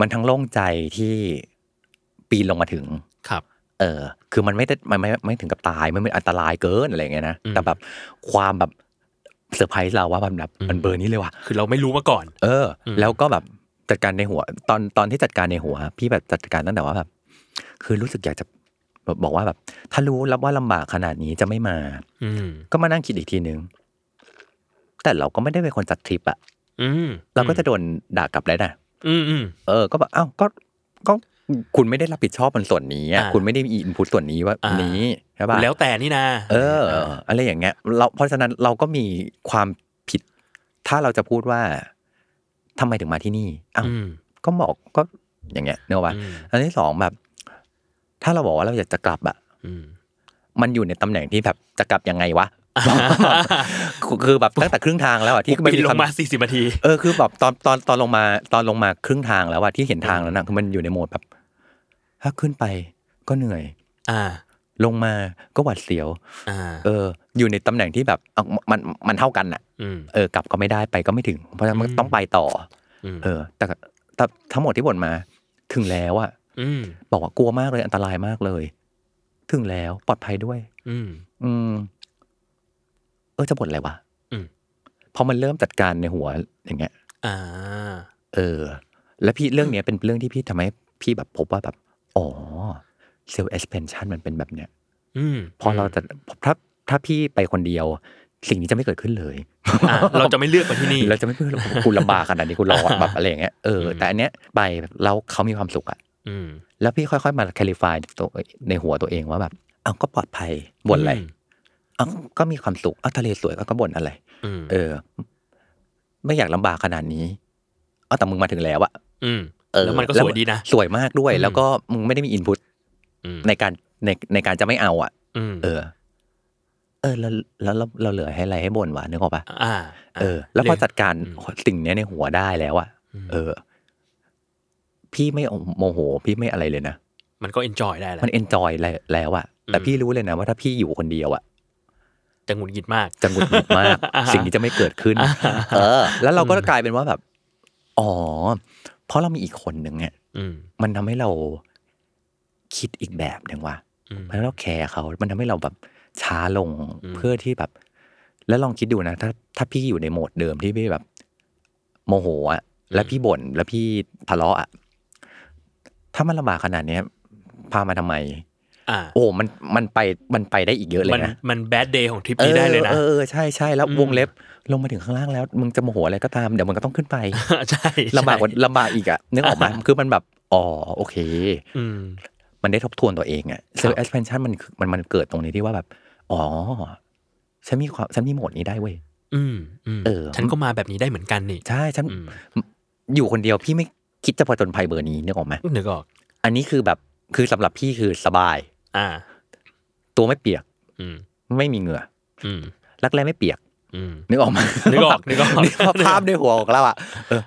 Speaker 3: มันทั้งโล่งใจที่ปีนลงมาถึง
Speaker 4: ครับ
Speaker 3: เออ คือมันไม่ได้มันไม่ไม่ถึงกับตายไม่เป็นอันตรายเกินอะไรอย่างเงี้ยนะ แต่แบบความแบบเซอร์ไพรส์เราว่ามันแบบมันเบอร์นี้เลยว่ะ
Speaker 4: คือเราไม่รู้มาก่อน
Speaker 3: เอออ
Speaker 4: ม
Speaker 3: แล้วก็แบบจัดการในหัว ตอนตอนที่จัดการในหัว พี่แบบจัดการตั้งแต่ว่าแบบ คือรู้สึกอยากจะแบบบอกว่าแบบ ถ้ารู้แล้วว่าลำบากขนาดนี้จะไม่มา
Speaker 4: อืม
Speaker 3: ก็มานั่งคิดอีกทีนึง แต่เราก็ไม่ได้เป็นคนจัดทริปอะ
Speaker 4: อืม
Speaker 3: เราก็จะโดนด่ากลับได้นะ
Speaker 4: อืมอืม
Speaker 3: เออ ก็แบบอ้าวก็ก็คุณไม่ได้รับผิดชอบมันส่วนนี้อะ
Speaker 4: อ่า
Speaker 3: คุณไม่ได้มีอินพุตส่วนนี้ว่า
Speaker 4: อ่านี้
Speaker 3: นี้ใช่ปะ
Speaker 4: แล้วแต่นี่นะ
Speaker 3: เออ อะไรอย่างเงี้ยเราเพราะฉะนั้นเราก็มีความผิด ถ้าเราจะพูดว่าทำไมถึงมาที่นี่อ้าว
Speaker 4: อืม
Speaker 3: ก็บอกก็อย่างเงี้ยเนกอะวะ
Speaker 4: อืม
Speaker 3: อันที่สองแบบ ถ้าเราบอกว่าเราอยากจะกลับอะ
Speaker 4: อืม
Speaker 3: มันอยู่ในตำแหน่งที่แบบจะกลับยังไงวะ คือ แบบตั้งแต่ครึ่งทางแล้วอะที่
Speaker 4: ที่ บินล
Speaker 3: คำ
Speaker 4: งมา 40นาที
Speaker 3: เออคือแบบตอนตอนตอนลงมา ตอนลงมาครึ่งทางแล้วอะที่เห็นทางแล้วนะคือมันอยู่ในโหมดแบบ ถ้าขึ้นไปก็เหนื่อย
Speaker 4: อ่า
Speaker 3: ลงมาก็หวาดเสียว
Speaker 4: อ่า
Speaker 3: เออ อยู่ในตำแหน่งที่แบบเอามันมันเท่ากันอะ
Speaker 4: อืม
Speaker 3: เออกลับก็ไม่ได้ไปก็ไม่ถึง เพราะฉะนั้นมัน
Speaker 4: อืม
Speaker 3: ต้องไปต่อ
Speaker 4: อืม
Speaker 3: เออ แต่แต่ทั้งหมดที่บ่นมา ถึงแล้วอะ
Speaker 4: อืม
Speaker 3: บอกว่ากลัวมากเลยอันตรายมากเลย ถึงแล้วปลอดภัยด้วย
Speaker 4: อืม
Speaker 3: อืม เออจะบ่นอะไรวะ
Speaker 4: อืม
Speaker 3: พอมันเริ่มจัดการในหัวอย่างเงี้ย
Speaker 4: อ่า
Speaker 3: เออ และพี่เรื่องเนี้ยเป็นเรื่องที่พี่ทำให้พี่แบบพบว่าแบบ อ๋อเซลล์เอ็กซ์เพนชันมันเป็นแบบเนี้ย
Speaker 4: อืม
Speaker 3: พอเราจะถ้าถ้าพี่ไปคนเดียว สิ่งนี้จะไม่เกิดขึ้นเลย
Speaker 4: อ่า เราจะไม่เลือกมาที่นี่
Speaker 3: เราจะไม่พูดหรอกกูลำบากขนาดนี้กูรอแบบอะไรอย่างเงี้ยเอออ
Speaker 4: ม
Speaker 3: แต่อันเนี้ยไปแล้วเขามีความสุขอะ
Speaker 4: อืม
Speaker 3: แล้วพี่ค่อยๆมาแคลิฟายตัวในหัวตัวเองว่าแบบเอาก็ปลอดภัยบ่นอะไร
Speaker 4: ม
Speaker 3: เอาก็มีความสุขเอาทะเลสวยก็ก็บ่นอะไร
Speaker 4: อืม
Speaker 3: เออ ไม่อยากลำบากขนาดนี้เอาแต่มึงมาถึงแล้วอะ
Speaker 4: อืม
Speaker 3: เออ
Speaker 4: แล้วมันก็สวยดีนะ
Speaker 3: สวยมากด้วย
Speaker 4: อืม
Speaker 3: แล้วก็มึงไม่ได้มีอินพุต
Speaker 4: อืม
Speaker 3: ในการในในการจะไม่เอาอะ
Speaker 4: อืม
Speaker 3: เออ เออ แล้วแล้วแล้วเราเหลือให้อะไรให้บ่นวะนึกออกปะ
Speaker 4: อ่า
Speaker 3: เออแล้วพอจัดการ
Speaker 4: อืม
Speaker 3: สิ่งเนี้ยในหัวได้แล้วอะ
Speaker 4: อืม
Speaker 3: เออ พี่ไม่โมโห พี่ไม่อะไรเลยนะ
Speaker 4: มันก็เอนจอยได้แหละ
Speaker 3: มันเอนจอยแล้วอะแต่
Speaker 4: อืม
Speaker 3: พี่รู้เลยนะว่าถ้าพี่อยู่คนเดียวอะ
Speaker 4: จะหงุดหงิดมาก
Speaker 3: จะหงุดหงิดมาก
Speaker 4: อ่าฮะ
Speaker 3: สิ่งนี้จะไม่เกิดขึ้น เออ แล้วเราก็กลายเป็นว่าแบบ อ๋อ เพราะเรามีอีกคนหนึ่งเนี่ย
Speaker 4: อืม
Speaker 3: มันทำให้เราคิดอีกแบบหนึ่งว่ะ
Speaker 4: อืม
Speaker 3: เพราะเราแคร์เขา มันทำให้เราแบบช้าลง
Speaker 4: อืม
Speaker 3: เพื่อที่แบบ แล้วลองคิดดูนะ ถ้าถ้าพี่อยู่ในโหมดเดิมที่พี่แบบ โมโหอะแล้วพี่บ่นแล้วพี่ทะเลาะอะถ้ามันลำบากขนาดเนี้ยพามาทำไม
Speaker 4: อ่า
Speaker 3: โอ้ มันมันไปมันไปได้อีกเยอะเล
Speaker 4: มั
Speaker 3: ย
Speaker 4: น
Speaker 3: นะ
Speaker 4: มันแบดเดย์ของทริปนี้ได้เลยนะ
Speaker 3: ออออออใช่ใช่แล้ว
Speaker 4: อืม
Speaker 3: วงเล็บลงมาถึงข้างล่างแล้วมึงจะโมโหอะไรก็ตามเดี๋ยวมันก็ต้องขึ้นไป
Speaker 4: ใช่
Speaker 3: ลำบากกว่าลำบากอีกอะนึกออกไหมคือมันแบบอ๋อโอเค
Speaker 4: อืม
Speaker 3: มันได้ทบทวนตัวเองอะ self expansion มันคือมันมันเกิดตรงนี้ที่ว่าแบบ อ๋อ ฉันมีความฉันมีโหมดนี้ได้เว้ย
Speaker 4: อืมอืม
Speaker 3: เออ
Speaker 4: ฉันก็มาแบบนี้ได้เหมือนกันนี่
Speaker 3: ใช่ฉัน
Speaker 4: อืม
Speaker 3: อยู่คนเดียวพี่ไม่คิดจะผจญภัยเบอร์นี้นึกออกไหม
Speaker 4: นึกออก
Speaker 3: อันนี้คือแบบคือสำหรับพี่คือสบาย
Speaker 4: อ่า
Speaker 3: ตัวไม่เปียก
Speaker 4: อืม
Speaker 3: ไม่มีเหงื่อ
Speaker 4: อืม
Speaker 3: รักแร้ไม่เปียก
Speaker 4: อืม
Speaker 3: นึกออกไหม
Speaker 4: นึกอ อกนึกออก
Speaker 3: นี่ภาพภาพในหัวของเราอะเออ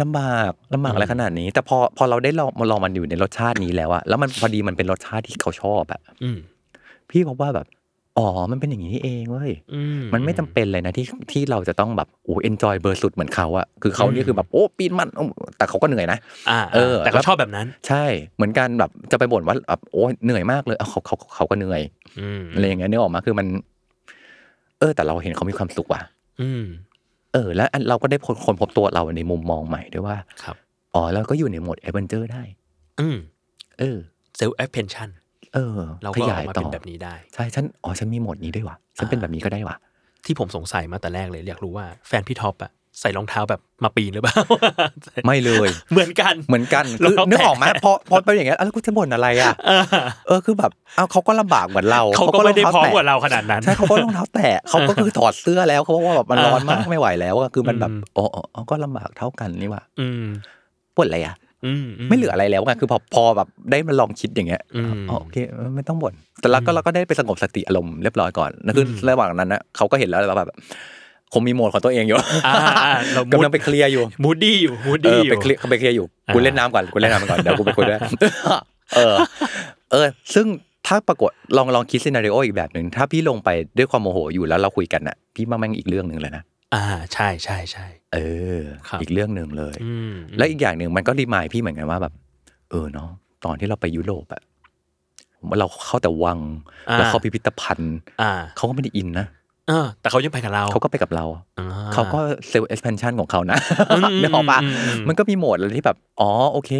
Speaker 3: ลำบากลำบากอะไรขนาดนี้ แต่พอพอเราได้ลองมาลองมันอยู่ในรสชาตินี้แล้วอะแล้วมันพอดีมันเป็นรสชาติที่เขาชอบอะ
Speaker 4: อืม
Speaker 3: พี่พบว่าแบบ อ๋อ มันเป็นอย่างนี้เองเว้ย
Speaker 4: อื
Speaker 3: มันไม่จำเป็นเลยนะที่ที่เราจะต้องแบบโอ้เอนจอยเบอร์สุดเหมือนเขาอะคือเขาเนี่ยคือแบบโอ้ปีนมันโอ้แต่เขาก็เหนื่อยนะ
Speaker 4: อ่า
Speaker 3: เออ
Speaker 4: แต่ก็ชอบแบบนั้น
Speaker 3: ใช่เหมือนกันแบบจะไปบ่นว่าแบบโอ้เหนื่อยมากเลยเอาเขาเขาเขาก็เหนื่อย
Speaker 4: อืม
Speaker 3: อะไรอย่างเงี้ยนึกออกมาคือมัน เออ แต่เราเห็นเขามีความสุขว่ะ
Speaker 4: อืม
Speaker 3: เออ แล้วอันเราก็ได้คนคนพบตัวเราในมุมมองใหม่ด้วยว่า
Speaker 4: ครับ
Speaker 3: อ๋อเราก็อยู่ในโหมดเอเวนเจอร์ได้
Speaker 4: อืม
Speaker 3: เออ
Speaker 4: เซลล์แอปเพนชั่น
Speaker 3: เออ
Speaker 4: เรา
Speaker 3: ข
Speaker 4: ก็ออย
Speaker 3: าก ย
Speaker 4: มา
Speaker 3: ต่
Speaker 4: เป็น
Speaker 3: อ
Speaker 4: แบบนี้ได้
Speaker 3: ใช่ฉันอ๋อฉันมีโหมดนี้ด้วยว่ะฉันเป็นแบบนี้ก็ได้ว่ะ
Speaker 4: ที่ผมสงสัยมาแต่แรกเลย อยากรู้ว่าแฟนพี่ท็อปอะใส่รองเท้าแบบมาปีนหรือเปล่า
Speaker 3: ไม่ เลย
Speaker 4: เหมือนกัน
Speaker 3: เหมือน กันคือ
Speaker 4: แล้ว
Speaker 3: นึกออกไหมพอพอเป็นอย่างเงี้ยแล้วกูจะบ่นอะไรอะ
Speaker 4: เออ
Speaker 3: เออคือแบบเอาเขาก็ลำบากเหมือนเรา
Speaker 4: เขาก็ไม่ได้พร้อม
Speaker 3: แตะ
Speaker 4: กว่าเราขนาดนั้น
Speaker 3: ใช่เขาก็รองเท้าแตะเขาก็คือถอดเสื้อแล้วเขาบอกว่าแบบมันร้อนมาก
Speaker 4: อ่า
Speaker 3: ไม่ไหวแล้วอะคือมันแบบ
Speaker 4: อืม
Speaker 3: อ๋ออ๋ออ๋อก็ลำบากเท่ากันนี่หว่า
Speaker 4: อืม
Speaker 3: ปวดอะไรอ่ะ
Speaker 4: อืม
Speaker 3: ไม่เหลืออะไรแล้วไงคือพอพอแบบได้มาลองคิดอย่างเงี้ย
Speaker 4: อืม
Speaker 3: อ๋อโอเคเออไม่ต้องบ่นแต่เราก็เราก็ได้ไปสงบสติอารมณ์เรียบร้อยก่อนแล้วคืออระหว่างนั้นนะเขาก็เห็นแล้วแล้วแบบคงมีโหมดของตัวเองอยู่
Speaker 4: อ่าอ่าเรามุด
Speaker 3: กำลังไปเคลียร์อยู่
Speaker 4: มูดดี้อยู่มูด
Speaker 3: เอ
Speaker 4: ดี้
Speaker 3: อ
Speaker 4: อ
Speaker 3: ไป
Speaker 4: ยู่
Speaker 3: เคลียร์ไปเคลียร์อยู่กู
Speaker 4: อ่า
Speaker 3: เล่นน้ำก่อนกูเล่นน้ำก่อนเดี๋ยวกูไปคุยด้วย เออ เออ ซึ่งถ้าปรากฏลองลองคิดซีนารีโออีกแบบหนึ่งถ้าพี่ลงไปด้วยความโมโหอยู่แล้วเราคุยกันน่ะ พี่มาแม่งอีกเรื่องหนึ่งเลยนะ
Speaker 4: อ่าใช่ใช่ใช่
Speaker 3: เออ
Speaker 4: ครับ
Speaker 3: อีกเรื่องหนึ่งเลย
Speaker 4: อืม
Speaker 3: แล้วอีกอย่างหนึ่งมันก็รีมายพี่เหมือนกันว่าแบบ เออเนาะตอนที่เราไปยุโรปอะเราเข้าแต่วังแล้วเข้าพิพิธภัณฑ์
Speaker 4: อ่า
Speaker 3: เขาก็ไม่ได้อินนะ
Speaker 4: เออ แต่เขายังไปกับเรา
Speaker 3: เขาก็ไปกับเรา
Speaker 4: อ่
Speaker 3: เขาก็เซลล์เอ็กซ์ n พนชันของเขานะ
Speaker 4: อืม
Speaker 3: นึกออกปะ
Speaker 4: อืมอืม
Speaker 3: มันก็มีโหมดอะไรที่แบบ อ๋อ โอเค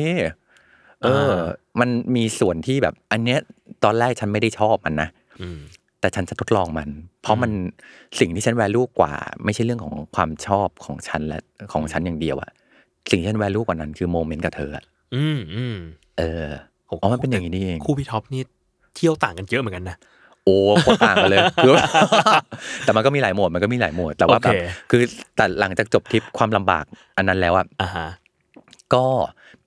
Speaker 3: เออ
Speaker 4: า
Speaker 3: มันมีส่วนที่แบบ อันเนี้ยตอนแรกฉันไม่ได้ชอบมันนะ
Speaker 4: อืม
Speaker 3: แต่ฉันจะทดลองมัน เพราะมันสิ่งที่ฉันแวลูกว่า ไม่ใช่เรื่องของความชอบของฉันและของฉันอย่างเดียวอะสิ่งที่ฉันแวลูกว่านั้นคือโมเมนต์กับเธออะ
Speaker 4: อืมอืม
Speaker 3: เออ อ๋อ มันเป็นอย่างนี้นี่เอง
Speaker 4: คู่พี่ท็อปนี่เที่ยวต่างกันเยอะเหมือนกันนะ
Speaker 3: โอ้โคตรต่างกันเลย คือ แต่มันก็มีหลายโหมด มันก็มีหลายโหมด แต่ว่าแบบ
Speaker 4: โอเค
Speaker 3: คือแต่หลังจากจบทริปความลำบากอันนั้นแล้วอะ
Speaker 4: อ่าฮะ
Speaker 3: ก็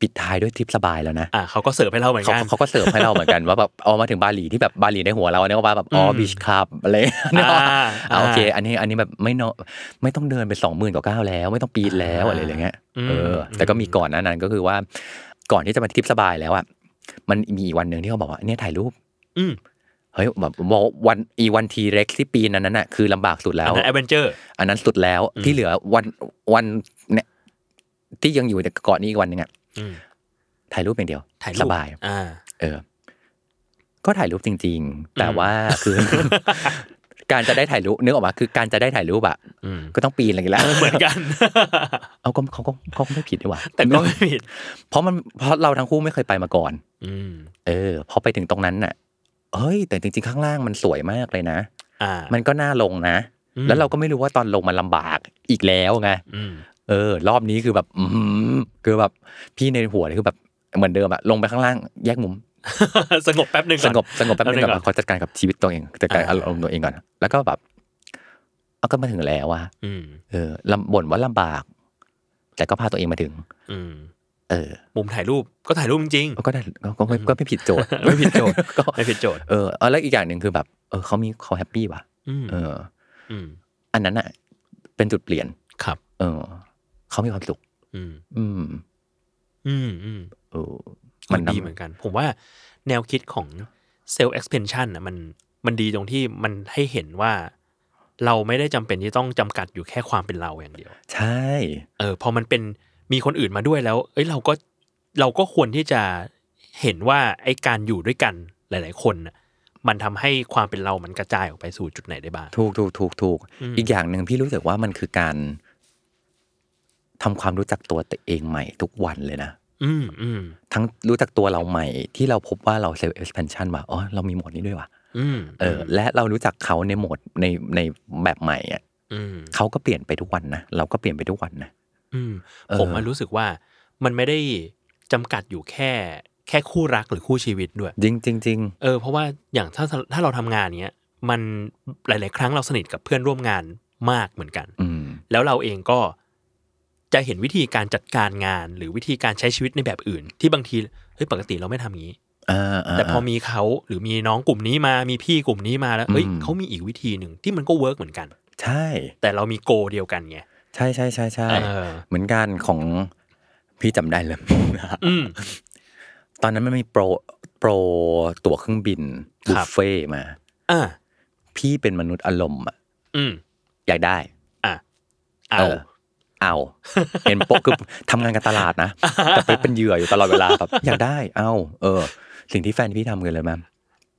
Speaker 3: ปิดท้ายด้วยทริปสบายแล้วนะ
Speaker 4: อ่าเขาก็เสิร์ฟให้เราเหมือน
Speaker 3: เขา
Speaker 4: กัน
Speaker 3: เขาก็เสิร์ฟให้เราเหมือนกัน ว่าแบบเอามาถึงบาหลีที่แบบบาหลีในหัวเราเนี่ยว่าแบบอ๋อ
Speaker 4: อืม
Speaker 3: บีชคลับอะไรเนี่ย
Speaker 4: อ่า
Speaker 3: อ่าโอเค อันนี้อันนี้แบบไม่เนาะไม่ต้องเดินไปสองหมื่นกว่าก้าวแล้ว ไม่ต้องปีนแล้ว
Speaker 4: อ่า
Speaker 3: อะไรอย่างเงี้ย
Speaker 4: อืม
Speaker 3: เออ แต่ก็มีก่อนหนานั้นก็คือว่า ก่อนที่จะมาทริปสบายแล้วอะมันมีอีกวันหนึ่งที่เขาบอกว่าเนี่ยถ่ายรูป
Speaker 4: อืม
Speaker 3: เฮ้ยแบบวันอีวันทีเร็กที่ปีนอันนั้นน่ะคือลำบากสุดแล้
Speaker 4: อัน
Speaker 3: ว
Speaker 4: นั้นแอดเวนเจอร์
Speaker 3: อันนั้นสุดแล้ว
Speaker 4: อืม
Speaker 3: ที่เหลือวันวันเนี่ยที่ยังอยู่ในเกาะนี้อีกวันหนึ่งอะ
Speaker 4: อืม
Speaker 3: ถ่ายรูปอย่างเดียว
Speaker 4: ถ่ายรูป
Speaker 3: สบาย
Speaker 4: อ่า
Speaker 3: เออ ก็ถ่ายรูปจริง ๆ แต่ว่าคือ การจะได้ถ่ายรูปนึกออกมาคือการจะได้ถ่ายรูปอะ
Speaker 4: อืม
Speaker 3: ก็ต้องปีนอะไรกันแล้ว
Speaker 4: เหมือนกัน
Speaker 3: เอาก็เขาก็เขาก็ไม่ผิดนี่หว่า
Speaker 4: แต่ก็ไม่ผิด
Speaker 3: เพราะมันเพราะเราทั้งคู่ไม่เคยไปมาก่อน
Speaker 4: อืม
Speaker 3: เออพอไปถึงตรงนั้นน่ะเฮ้ย แต่จริง ๆ ข้างล่างมันสวยมากเลยนะ
Speaker 4: อ่า
Speaker 3: มันก็น่าลงนะ
Speaker 4: อืม
Speaker 3: แล้วเราก็ไม่รู้ว่าตอนลงมันลำบากอีกแล้วไง
Speaker 4: อืม
Speaker 3: เออ รอบนี้คือแบบ อือหือคือแบบ พี่ในหัวเลยคือแบบ เหมือนเดิมอะลงไปข้างล่างแยกมุม
Speaker 4: สงบแป๊บหนึ่ง
Speaker 3: ส
Speaker 4: ก่อน
Speaker 3: งบสงบแป๊บนึง
Speaker 4: แป๊บนึง
Speaker 3: ก่
Speaker 4: ก่
Speaker 3: อ
Speaker 4: อน
Speaker 3: นขอจัดการกับชีวิตตัวเองจัดการ
Speaker 4: อ่า
Speaker 3: อารมณ์ตัวเองก่อน แล้วก็แบบเอาก็มาถึงแล้วอะ
Speaker 4: อืม
Speaker 3: เออลำบ่นว่าลำบาก แต่ก็พาตัวเองมาถึง
Speaker 4: อืม
Speaker 3: เออ
Speaker 4: มุมถ่ายรูปก็ถ่ายรูปจริง
Speaker 3: ก็ได้ก็ก็ไม่ก็ไม่ผิดโจทย์
Speaker 4: ไม่ผิดโจทย์
Speaker 3: ก็
Speaker 4: ๆไม่ผิดโจทย์
Speaker 3: เออเอาแล้วอีกอย่างหนึ่งคือแบบ เออเขามีเขาแฮปปี้ว่ะ
Speaker 4: อืม
Speaker 3: เออ
Speaker 4: อืม
Speaker 3: อันนั้นอะเป็นจุดเปลี่ยน
Speaker 4: ครับ
Speaker 3: เออเขามีความสุข
Speaker 4: อืม
Speaker 3: อืม
Speaker 4: อืมอืม
Speaker 3: เออ
Speaker 4: มันดี
Speaker 3: ทำ
Speaker 4: เหมือนกัน ผมว่าแนวคิดของเซลล์ expansion นะมันมันดีตรงที่มันให้เห็นว่า เราไม่ได้จำเป็นที่ต้องจำกัดอยู่แค่ความเป็นเราอย่างเดียว
Speaker 3: ใช่
Speaker 4: เออพอมันเป็น มีคนอื่นมาด้วยแล้ว เอ้ยเราก็เราก็ควรที่จะเห็นว่าไอ้การอยู่ด้วยกันหลาย ๆ คนน่ะมันทำให้ความเป็นเรามันกระจายออกไปสู่จุดไหนได้บ้าง
Speaker 3: ถูกถูกถูกถูก
Speaker 4: อืม
Speaker 3: อีกอย่างหนึ่งพี่รู้สึกว่ามันคือการทำความรู้จักตัวตัวเองใหม่ทุกวันเลยนะ
Speaker 4: อืมอืม
Speaker 3: ทั้งรู้จักตัวเราใหม่ที่เราพบว่าเราเซลล์เอ็กซ์ n พนชันมาอ๋อเรามีโหมดนี้ด้วยว่ะ
Speaker 4: อืม
Speaker 3: เออและเรารู้จักเขาในโหมดในในแบบใหม่อ่ะ
Speaker 4: อืม
Speaker 3: เขาก็เปลี่ยนไปทุกวันนะเราก็เปลี่ยนไปทุกวันนะ
Speaker 4: อืม
Speaker 3: เออ
Speaker 4: ผมอะรู้สึกว่ามันไม่ได้จำกัดอยู่แค่แค่คู่รักหรือคู่ชีวิตด้วย
Speaker 3: จริงจริงจริง
Speaker 4: เออเพราะว่าอย่างถ้าถ้าเราทำงานเนี้ยมันหลาย ๆ ครั้งเราสนิทกับเพื่อนร่วมงานมากเหมือนกัน
Speaker 3: อืม
Speaker 4: แล้วเราเองก็จะเห็นวิธีการจัดการงาน หรือวิธีการใช้ชีวิตในแบบอื่น ที่บางทีเฮ้ยปกติเราไม่ทำงี้
Speaker 3: อ่าา
Speaker 4: แต่พอมีเขาหรือมีน้องกลุ่มนี้มามีพี่กลุ่มนี้มาแล้วเฮ้ย
Speaker 3: อืม
Speaker 4: เขามีอีกวิธีหนึ่งที่มันก็เวิร์กเหมือนกัน
Speaker 3: ใช่
Speaker 4: แต่เรามีโกเดียวกันไง
Speaker 3: ใช่ใช่ใช่ใช่
Speaker 4: เออ
Speaker 3: เหมือนกันของพี่จำได้เลย
Speaker 4: อืม
Speaker 3: ตอนนั้นมันมีโปรโปรตั๋วเครื่องบิน
Speaker 4: ครับ
Speaker 3: บุฟเฟ่มา
Speaker 4: อ่า
Speaker 3: พี่เป็นมนุษย์อารมณ์อ่ะ
Speaker 4: อืม
Speaker 3: อยากได้
Speaker 4: อ่ะเอา
Speaker 3: เอา เห็นโปะคือทำงานกับตลาด นะ แต่ไปเป็นเหยื่ออยู่ตลอดเวลาแบบอยากได้ เอาเออ สิ่งที่แฟนพี่ทำกันเลยแม่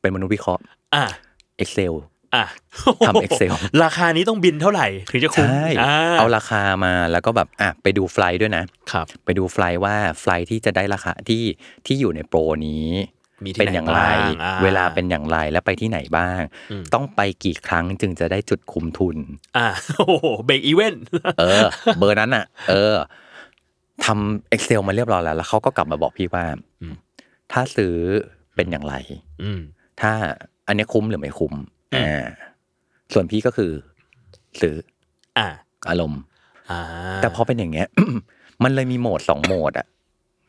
Speaker 3: เป็นมนุษย์วิเคราะห์
Speaker 4: อ่ะ
Speaker 3: Excel
Speaker 4: อ่ะ
Speaker 3: ทำ Excel
Speaker 4: ราคานี้ต้องบินเท่าไหร่ ถึงจะคุ้ม
Speaker 3: ใช่
Speaker 4: อ่ะ
Speaker 3: เอาราคามาแล้วก็แบบอ่ะไปดูไฟล์ด้วยนะ
Speaker 4: ครับ
Speaker 3: ไปดูไฟล์ว่าไฟล์ที่จะได้ราคาที่ที่อยู่ในโปรนี้
Speaker 4: มีที่
Speaker 3: เป็นอย่างไร
Speaker 4: หบ้อ่ะ
Speaker 3: เวลาเป็นอย่างไรและไปที่ไหนบ้าง
Speaker 4: อืม
Speaker 3: ต้องไปกี่ครั้งจึงจะได้จุดคุมทุน
Speaker 4: อ่ะ โอ้โหเบรกอีเวนต์
Speaker 3: เออ เบอร์นั้นอ่ะ เออทำ Excel มาเรียบร้อยแล้ว แล้วเขาก็กลับมาบอกพี่ว่า ถ้าซื้อเป็นอย่างไร
Speaker 4: อืม
Speaker 3: ถ้าอันเนี้ยคุ้มหรือไม่คุ้ม
Speaker 4: อืม
Speaker 3: อ่าส่วนพี่ก็คือซื้อ
Speaker 4: อ่ะ
Speaker 3: อารมณ์
Speaker 4: อ่า
Speaker 3: แต่พอเป็นอย่างเงี้ย มันเลยมีโหมดสองโหมดอะ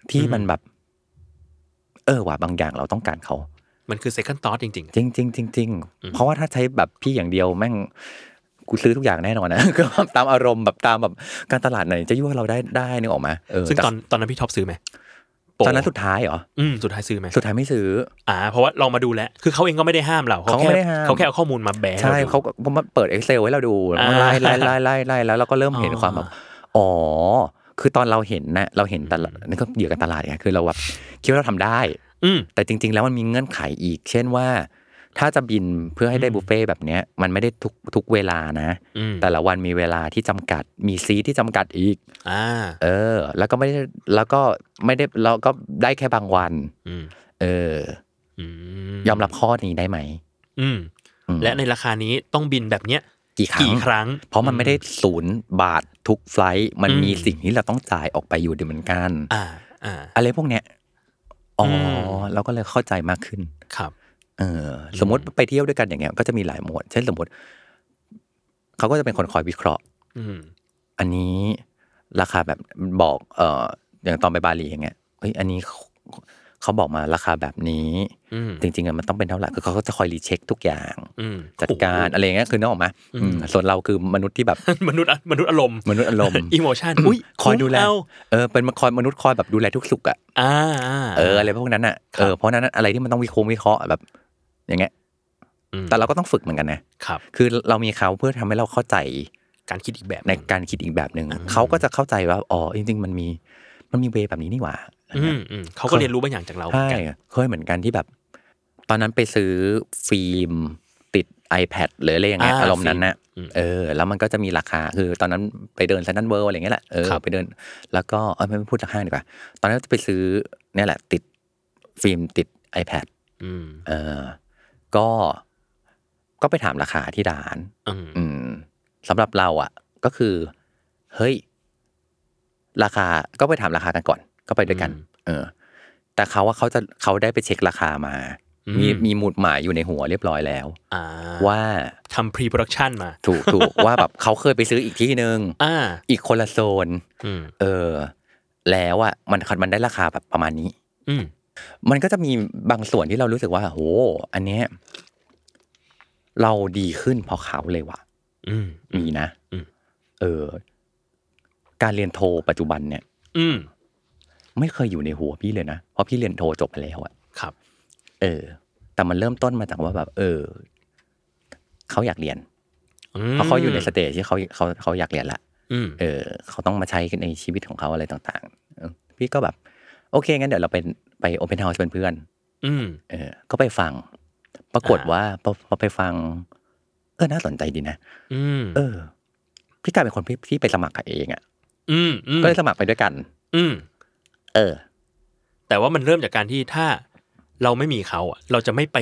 Speaker 3: ที่
Speaker 4: อืม
Speaker 3: มันแบบ เออว่ะบางอย่างเราต้องการเขา
Speaker 4: มันคือเซคันด์ตอสจริง
Speaker 3: จริงจริงจริงจริงๆเพราะว่าถ้าใช้แบบพี่อย่างเดียวแม่งกูซื้อทุกอย่างแน่นอนนะ ก็ตามอารมณ์แบบตามแบบการตลาดไหนจะยั่วเราได้ได้นึกออกไหมเออ
Speaker 4: ๆ ซึ่ง
Speaker 3: แ
Speaker 4: ตอนตอนนั้นพี่ท็อปซื้อไหม
Speaker 3: ตอนนั้นสุดท้ายเหรอ
Speaker 4: อืมสุดท้ายซื้อไหม
Speaker 3: สุดท้ายไม่ซื้อ
Speaker 4: อ่า เพราะว่าลองมาดูแล้ว คือเขาเองก็ไม่ได้ห้ามเรา
Speaker 3: เขาก็
Speaker 4: แค่
Speaker 3: ไม่ได้ห้าม
Speaker 4: เขาแค่เอาข้อมูลมาแบ
Speaker 3: ใช่
Speaker 4: ให้รดู
Speaker 3: เขาก็ผมมาเปิด Excel ไว้เราดู
Speaker 4: อ่า
Speaker 3: ไล่ไล่ไล่ไล่ไล่แล้วเราก็เริ่มเห็น
Speaker 4: อ๋อ
Speaker 3: ความแบบอ๋อ คือตอนเราเห็นนะเราเห็นตลาดนี่ก็เหยื่อกันตลาดไงคือเราแบบคิดว่าเราทำได้
Speaker 4: อืม
Speaker 3: แต่จริง ๆ แล้วมันมีเงื่อนไขอีก เช่นว่า ถ้าจะบินเพื่อให้ได้บุฟเฟ่ต์แบบเนี้ยมันไม่ได้ทุกทุกเวลานะ
Speaker 4: อืม
Speaker 3: แต่ละวันมีเวลาที่จำกัด มีซีทที่จำกัดอีก
Speaker 4: อ่า
Speaker 3: เออ แล้วก็ไม่ได้แล้วก็ไม่ได้แล้วก็ได้แค่บางวัน
Speaker 4: อืม
Speaker 3: เออ
Speaker 4: อืม
Speaker 3: ยอมรับข้อนี้ได้ไหม
Speaker 4: อืม
Speaker 3: อืม
Speaker 4: และในราคานี้ต้องบินแบบเนี้ย
Speaker 3: กี่ครั้
Speaker 4: กี่
Speaker 3: ง
Speaker 4: ครั้ง
Speaker 3: เพราะมันไม่ได้ศูนย์บาททุกไฟลท์มัน
Speaker 4: อืม
Speaker 3: มีสิ่งที่เราต้องจ่ายออกไปอยู่ดีเหมือนกัน
Speaker 4: อ่า อ่า
Speaker 3: อะไรพวกเนี้ยอ๋ออ
Speaker 4: ม
Speaker 3: เราก็เลยเข้าใจมากขึ้น
Speaker 4: ครับ
Speaker 3: เออสมมติไปเที่ยวด้วยกันอย่างเงี้ยก็จะมีหลายโหมด เช่นสมมติเขาก็จะเป็นคนคอยวิเคราะห์
Speaker 4: อืม
Speaker 3: อันนี้ราคาแบบบอก เอออย่างตอนไปบาหลีอย่างเงี้ยเฮ้ยอันนี้เขาเขาบอกมาราคาแบบนี้
Speaker 4: อืม
Speaker 3: จริงๆอะมันต้องเป็นเท่าไหร่คือเขาก็จะคอยรีเช็คทุกอย่าง
Speaker 4: อืม
Speaker 3: จัดการอะไรอย่างเงี้ยคือนึกออกไหมอืมส่วนเราคือมนุษย์ที่แบบ
Speaker 4: มนุษย์มนุษย์อารมณ์
Speaker 3: มนุษย์อารมณ์
Speaker 4: อิโมชันอุ้ย
Speaker 3: คอยดูแล
Speaker 4: เา
Speaker 3: เออเป็นคอยมนุษย์คอยแบบดูแลทุกสุขอ่ะ
Speaker 4: อ่าา
Speaker 3: เอออะไรพวกนั้นอ่ะ
Speaker 4: ครับ
Speaker 3: เออเพราะฉะนั้นอะไรที่มันต้องวิเคราะห์วิเคราะห์แบบ อย่างเงี้ย
Speaker 4: อืม
Speaker 3: แต่เราก็ต้องฝึกเหมือนกันนะครับ คือเรามีเขาเพื่อทำให้เราเข้าใจ
Speaker 4: การคิดอีกแบบ
Speaker 3: ใน
Speaker 4: หง
Speaker 3: การคิดอีกแบบหนึ่ง
Speaker 4: อืม
Speaker 3: เขาก็จะเข้าใจว่าอ๋อจริง ๆ มันมีมันมีเวแบบนี้นี่หว่า
Speaker 4: อืมอืมเขาก็เรียนรู้บางอย่างจากเราเหมื
Speaker 3: ใช่
Speaker 4: อนกัน
Speaker 3: เคยเหมือนกันที่แบบ ตอนนั้นไปซื้อฟิล์มติด iPad หรืออะไรอย่างเงี้ยอารมณ์นั้นนะ
Speaker 4: อืม
Speaker 3: เออ แล้วมันก็จะมีราคาคือ ตอนนั้นไปเดินเซนต์เวิร์อะไรอย่างเงี้ยแหละเออ
Speaker 4: ครับ
Speaker 3: ไปเดิน แล้วก็เออไม่ไม่พูดราคาดีกว่า ตอนนั้นจะไปซื้อเนี่ยแหละ ติดฟิล์มติด iPad
Speaker 4: อืม
Speaker 3: เออก็ก็ไปถามราคาที่ร้าน
Speaker 4: อืม
Speaker 3: อืมสำหรับเราอ่ะ ก็คือ เฮ้ย ราคาก็ไปถามราคากันก่อน ก็ไปด้วยกัน เออ แต่เขาว่าเขาจะเขาได้ไปเช็คราคามา มีมีหมุดหมายอยู่ในหัวเรียบร้อยแล้ว
Speaker 4: อ่า
Speaker 3: ว่า
Speaker 4: ทำพรีโปรดักชันมา
Speaker 3: ถูกถูก ว่าแบบเขาเคยไปซื้ออีกที่หนึ่ง
Speaker 4: อ่า
Speaker 3: อีกคนละโซน
Speaker 4: อืม
Speaker 3: เออ แล้วอ่ะมันมันได้ราคาแบบประมาณนี้
Speaker 4: อืม
Speaker 3: มันก็จะมีบางส่วนที่เรารู้สึกว่า โห อันเนี้ยเราดีขึ้นเพราะเขาเลยว่ะ
Speaker 4: อืม
Speaker 3: มีนะ
Speaker 4: อืม
Speaker 3: เออ การเรียนโทปัจจุบันเนี่ย
Speaker 4: อืม
Speaker 3: ไม่เคยอยู่ในหัวพี่เลยนะ เพราะพี่เรียนโทจบไปแล้วอะ
Speaker 4: ครับ
Speaker 3: เออ แต่มันเริ่มต้นมาจากว่าแบบ เออเขาอยากเรียน
Speaker 4: อืม
Speaker 3: เพราะเขาอยู่ในสเตจที่เขาเขาเขาอยากเรียนละ
Speaker 4: อืม
Speaker 3: เออเขาต้องมาใช้ในชีวิตของเขาอะไรต่างๆเออพี่ก็แบบ โอเค งั้นเดี๋ยวเราไปไปโอเพนเฮาส์เป็นเพื่อน
Speaker 4: อืม
Speaker 3: เออ ก็ไปฟัง ปรากฏ
Speaker 4: อ่า
Speaker 3: ว่าพอพอไปฟัง เออ น่าสนใจดีนะ
Speaker 4: อืม
Speaker 3: เออ พี่กลายเป็นคนที่ที่ไปสมัครกับเองอะ่ะ
Speaker 4: อืมอืม
Speaker 3: ก็เลยสมัครไปด้วยกัน
Speaker 4: อืม
Speaker 3: เออ
Speaker 4: แต่ว่ามันเริ่มจากการที่ถ้าเราไม่มีเขาอะเราจะไม่ไป